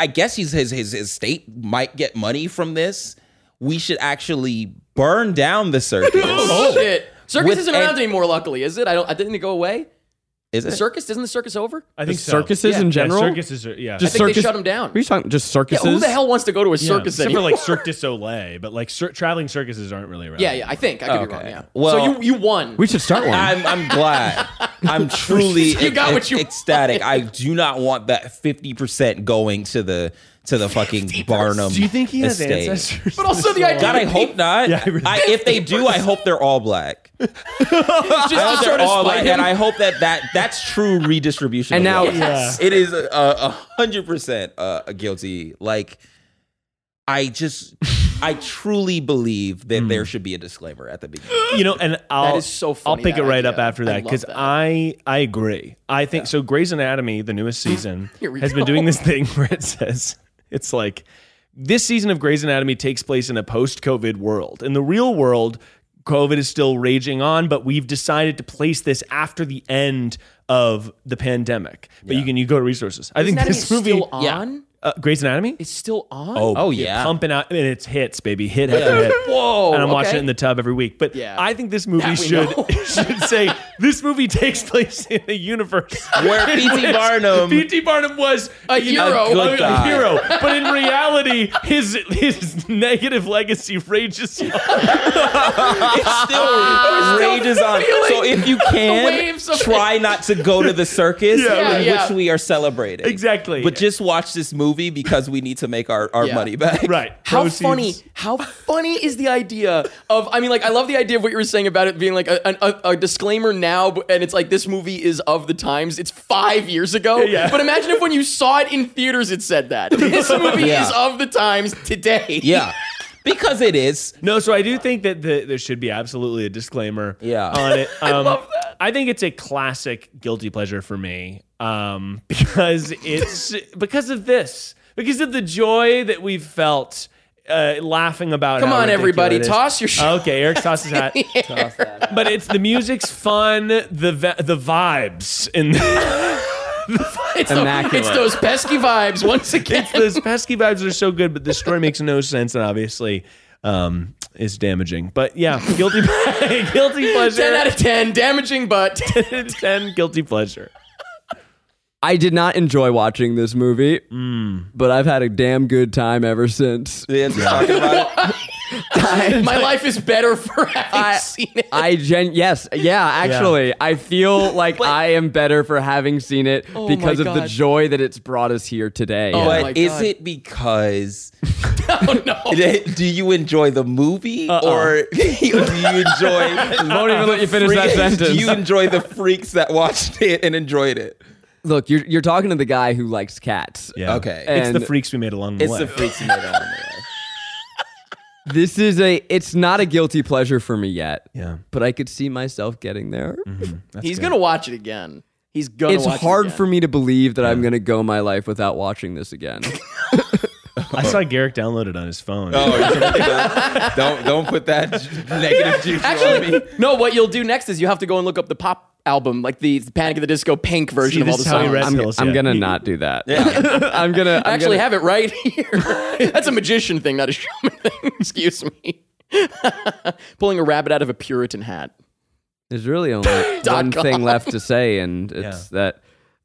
S6: I guess he's his his his state might get money from this. We should actually burn down the circus.
S4: Oh. shit. Circus
S6: Oh. With
S4: isn't around
S6: an-
S4: anymore, luckily, is it? I don't. I didn't it go away.
S6: Is
S4: The
S6: it?
S4: circus isn't the circus over?
S5: I think
S3: The
S5: so.
S3: circuses
S4: Yeah.
S3: in
S4: Yeah,
S5: Yeah,
S3: general.
S5: circuses are yeah.
S4: think they shut 'em down.
S3: What are you talking? Just
S4: Yeah,
S3: circuses.
S4: who the hell wants to go to a
S5: Yeah,
S4: circus
S5: except for
S4: anymore?
S5: like Cirque du Soleil, but like cir- traveling circuses aren't really around.
S4: yeah, yeah, I think I could be
S6: Okay.
S4: wrong. Yeah.
S6: Well-
S4: so you you won.
S3: We should start one.
S6: I'm, I'm glad. I'm truly
S4: You got
S6: ec-
S4: what you
S6: ecstatic. I do not want that 50% going to the to the fucking Barnum.
S5: Do you think he has
S6: estate.
S5: ancestors?
S4: but also the idea.
S6: God, I
S4: that
S6: hope not.
S5: Yeah, I really-
S6: I, if they do, I hope they're all black.
S4: Just
S6: I hope
S4: to
S6: they're
S4: sort of spite
S6: all black,
S4: him.
S6: and I hope that, that that's true redistribution.
S3: And
S6: of
S3: now-
S6: wealth.
S5: Yeah.
S6: it is a a hundred percent uh, guilty. Like, I just, I truly believe that there should be a disclaimer at the beginning.
S5: you know, and I'll
S4: is so
S5: I'll
S4: funny,
S5: pick
S4: that
S5: it right up
S4: idea.
S5: after
S4: I
S5: that
S4: love
S5: because
S4: that.
S5: I I agree. I think so. Grey's Anatomy, the newest season,
S4: Here we
S5: has been
S4: go.
S5: doing this thing where it says it's like this season of Grey's Anatomy takes place in a post-COVID world. In the real world, COVID is still raging on, but we've decided to place this after the end of the pandemic. But you can you go to resources. I think
S4: Anatomy
S5: this
S4: is
S5: movie,
S4: still on?
S5: Uh, Grey's Anatomy.
S4: It's still on.
S6: Oh yeah,
S5: pumping out and it's hits, baby, hit after hit.
S4: Whoa,
S5: And I'm watching
S4: okay.
S5: it in the tub every week. But
S4: Yeah.
S5: I think this movie
S4: That we
S5: should
S4: know.
S5: should say this movie takes place in a universe
S6: where P.T. Barnum.
S5: P.T. Barnum was
S4: Um, A
S5: you know,
S4: hero.
S5: a,
S6: Good guy.
S5: hero, but in reality, his his negative legacy rages on.
S6: still rages on. So if you can,
S4: waves of
S6: try not to go to the circus,
S4: Yeah,
S6: in
S4: yeah.
S6: which we are celebrating.
S5: Exactly.
S6: But just watch this movie because we need to make our, our
S4: Yeah.
S6: money back.
S5: Right.
S4: How
S5: Proceeds.
S4: funny! How funny is the idea of? I mean, like, I love the idea of what you were saying about it being like a, an- a, a disclaimer now, b- and it's like this movie is of the times. It's five years ago,
S5: yeah.
S4: but imagine if when you saw it in theaters, it said that this movie
S6: Yeah.
S4: is of the times today.
S6: Yeah. Because it is.
S5: No, so I do think that the, there should be absolutely a disclaimer
S6: Yeah.
S5: on it. Um, I love that. I think it's a classic guilty pleasure for me um, because it's because of this, because of the joy that we've felt uh, laughing about.
S4: Come
S5: how
S4: on,
S5: ridiculous
S4: everybody,
S5: it is.
S4: toss your shit.
S5: Okay, Eric tosses his hat. But it's the music's fun, the ve- the vibes, and
S4: It's, the-
S3: Immaculate.
S4: it's those pesky vibes once again.
S5: those pesky vibes are so good. But the story makes no sense, and obviously. Um, is damaging, but yeah, guilty, guilty pleasure.
S4: ten out of ten, damaging, but
S5: 10 guilty pleasure.
S3: I did not enjoy watching this movie, but I've had a damn good time ever since.
S6: Yeah, just talking about it.
S4: my life is better for having
S3: I-
S4: seen it.
S3: I gen yes, yeah, actually, I feel like I am better for having seen it
S4: Oh my
S3: because of the
S4: God.
S3: joy that it's brought us here today.
S4: Oh, my
S6: But is
S4: God.
S6: it because
S4: oh no!
S6: do you enjoy the movie or do you enjoy
S3: won't even let you finish that
S6: freaks?
S3: sentence.
S6: Do you enjoy the freaks that watched it and enjoyed it?
S3: Look, you're you're talking to the guy who likes cats.
S5: Yeah.
S6: Okay.
S5: It's the
S3: And-
S5: freaks we made along the
S6: It's
S5: way.
S6: the freaks made on
S3: This is a it's not a guilty pleasure for me yet.
S5: Yeah.
S3: But I could see myself getting there.
S4: He's gonna watch it again. He's gonna.
S3: It's
S4: watch it
S3: hard
S4: again.
S3: for me to believe that I'm going to go my life without watching this again.
S5: I saw Garrick download it on his phone.
S6: Oh, you don't think that- don't don't put that negative juice on me.
S4: Actually, no. What you'll do next is you have to go and look up the pop album, like the, the Panic of the Disco Pink version
S5: See,
S4: of all the
S5: this is how he
S4: songs.
S5: rests.
S4: I
S3: I'm,
S5: Hills,
S3: I'm
S5: yeah.
S3: going to not do that. I'm going to
S4: actually have it right here. That's a magician thing, not a shaman thing. Excuse me. Pulling a rabbit out of a Puritan hat.
S3: There's really only one
S4: com.
S3: thing left to say, and it's that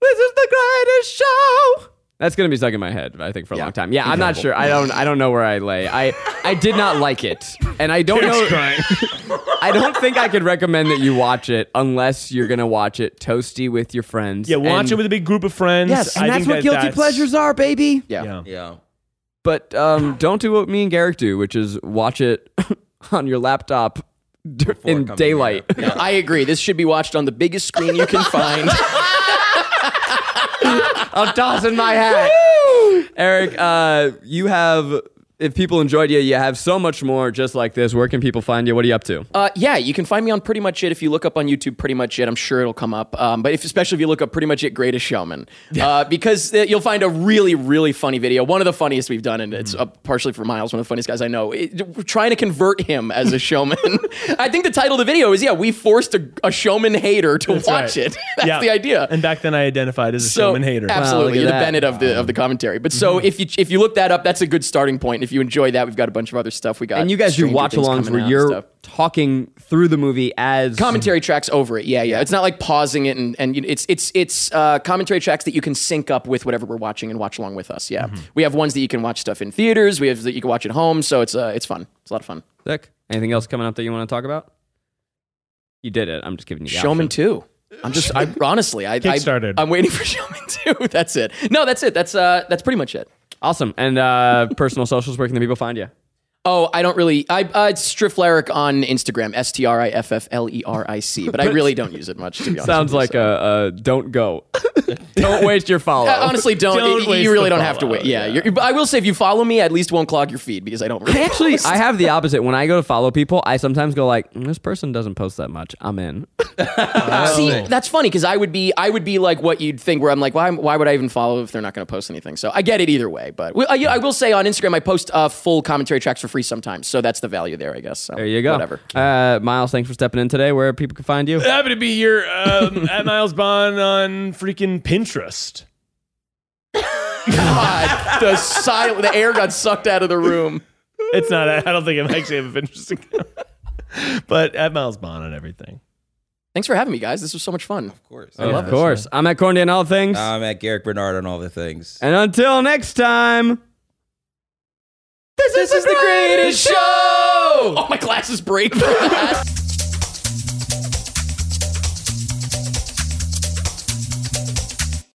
S3: this is the greatest show. That's gonna be stuck in my head, I think, for a long time. Yeah, I'm not sure. I don't. I don't know where I lay. I I did not like it, and I don't know. I don't think I could recommend that you watch it unless you're gonna watch it toasty with your friends.
S5: Yeah, watch
S3: and,
S5: it with a big group of friends.
S3: Yes, and
S5: I
S3: that's
S5: think
S3: what
S5: that
S3: guilty
S5: that's-
S3: pleasures are, baby.
S4: Yeah.
S5: Yeah.
S6: Yeah.
S3: But um, don't do what me and Garrick do, which is watch it on your laptop d- in
S6: coming
S3: daylight.
S6: here.
S4: I agree. This should be watched on the biggest screen you can find.
S3: I'm tossing my hat. Eric, uh, you have. If people enjoyed you, you have so much more just like this. Where can people find you? What are you up to?
S4: Uh, yeah, you can find me on Pretty Much It. If you look up on YouTube, Pretty Much It, I'm sure it'll come up. Um, but if, especially if you look up Pretty Much It Greatest Showman, uh, because uh, you'll find a really, really funny video. One of the funniest we've done, and it's
S3: Mm-hmm.
S4: uh, partially for Miles, one of the funniest guys I know. It- we're trying to convert him as a showman. I think the title of the video is, yeah, we forced a, a showman hater to
S5: That's
S4: watch
S5: right.
S4: it. That's
S5: Yeah.
S4: the idea
S5: And back then I identified as a
S4: so
S5: showman hater.
S3: Wow, look at
S4: Absolutely, you're the
S3: that. Mm-hmm.
S4: Bennett of the of the commentary. But so if you if you look that up, that's a good starting point. If you enjoy that, we've got a bunch of other stuff. We got
S3: and you guys do
S4: Stranger
S3: watch
S4: Things
S3: alongs
S4: coming out
S3: where
S4: and
S3: you're
S4: stuff.
S3: talking through the movie as
S4: commentary tracks over it. Yeah, yeah. It's not like pausing it and and you it's it's it's uh, commentary tracks that you can sync up with whatever we're watching and watch along with us. Yeah, we have ones that you can watch stuff in theaters. We have that you can watch at home. So it's uh, it's fun. It's a lot of fun.
S3: Sick. Anything else coming up that you want to talk about? You did it. I'm just giving you the
S4: Showman
S3: option.
S4: two. I'm just I, honestly I, I
S5: Kickstarted.
S4: I'm waiting for Showman two. That's it. No, that's it. That's uh that's pretty much it.
S3: Awesome. And uh, personal socials. Where can the people find you?
S4: Oh, I don't really. I uh, it's Strifleric on Instagram. S T R I F F L E R I C. But I really don't use it much to be honest.
S3: Sounds
S4: with you,
S3: like
S4: so.
S3: a, a don't go. don't waste your follow.
S4: Uh, honestly, don't.
S5: Don't
S4: you- you,
S5: waste
S4: really
S5: the
S4: don't have to
S5: follow,
S4: wait. Yeah, You're, but I will say, if you follow me, I at least won't clog your feed because I don't. Really
S3: I actually,
S4: post.
S3: I have the opposite. When I go to follow people, I sometimes go like, "Mm, "This person doesn't post that much. I'm in."
S4: see that's funny because I would be, I would be like what you'd think, where I'm like, why, why would I even follow if they're not going to post anything? So I get it either way. But well, I, yeah, I will say on Instagram, I post uh, full commentary tracks for free sometimes, so that's the value there, I guess. So
S3: There you go.
S4: Whatever.
S3: Uh, Miles, thanks for stepping in today. Where people can find you?
S5: Happy to be here um, at Miles Bond on freaking Pinterest.
S4: God, the silent, the air got sucked out of the room.
S5: It's not. I don't think I actually have a Pinterest account. but at Miles Bond on everything.
S4: Thanks for having me, guys. This was so much fun.
S6: Of course.
S3: of course. I'm at Corny and all things.
S6: I'm at Garrick Bernard on all the things.
S3: and until next time, this, is the greatest
S4: Show! Oh, my glasses break.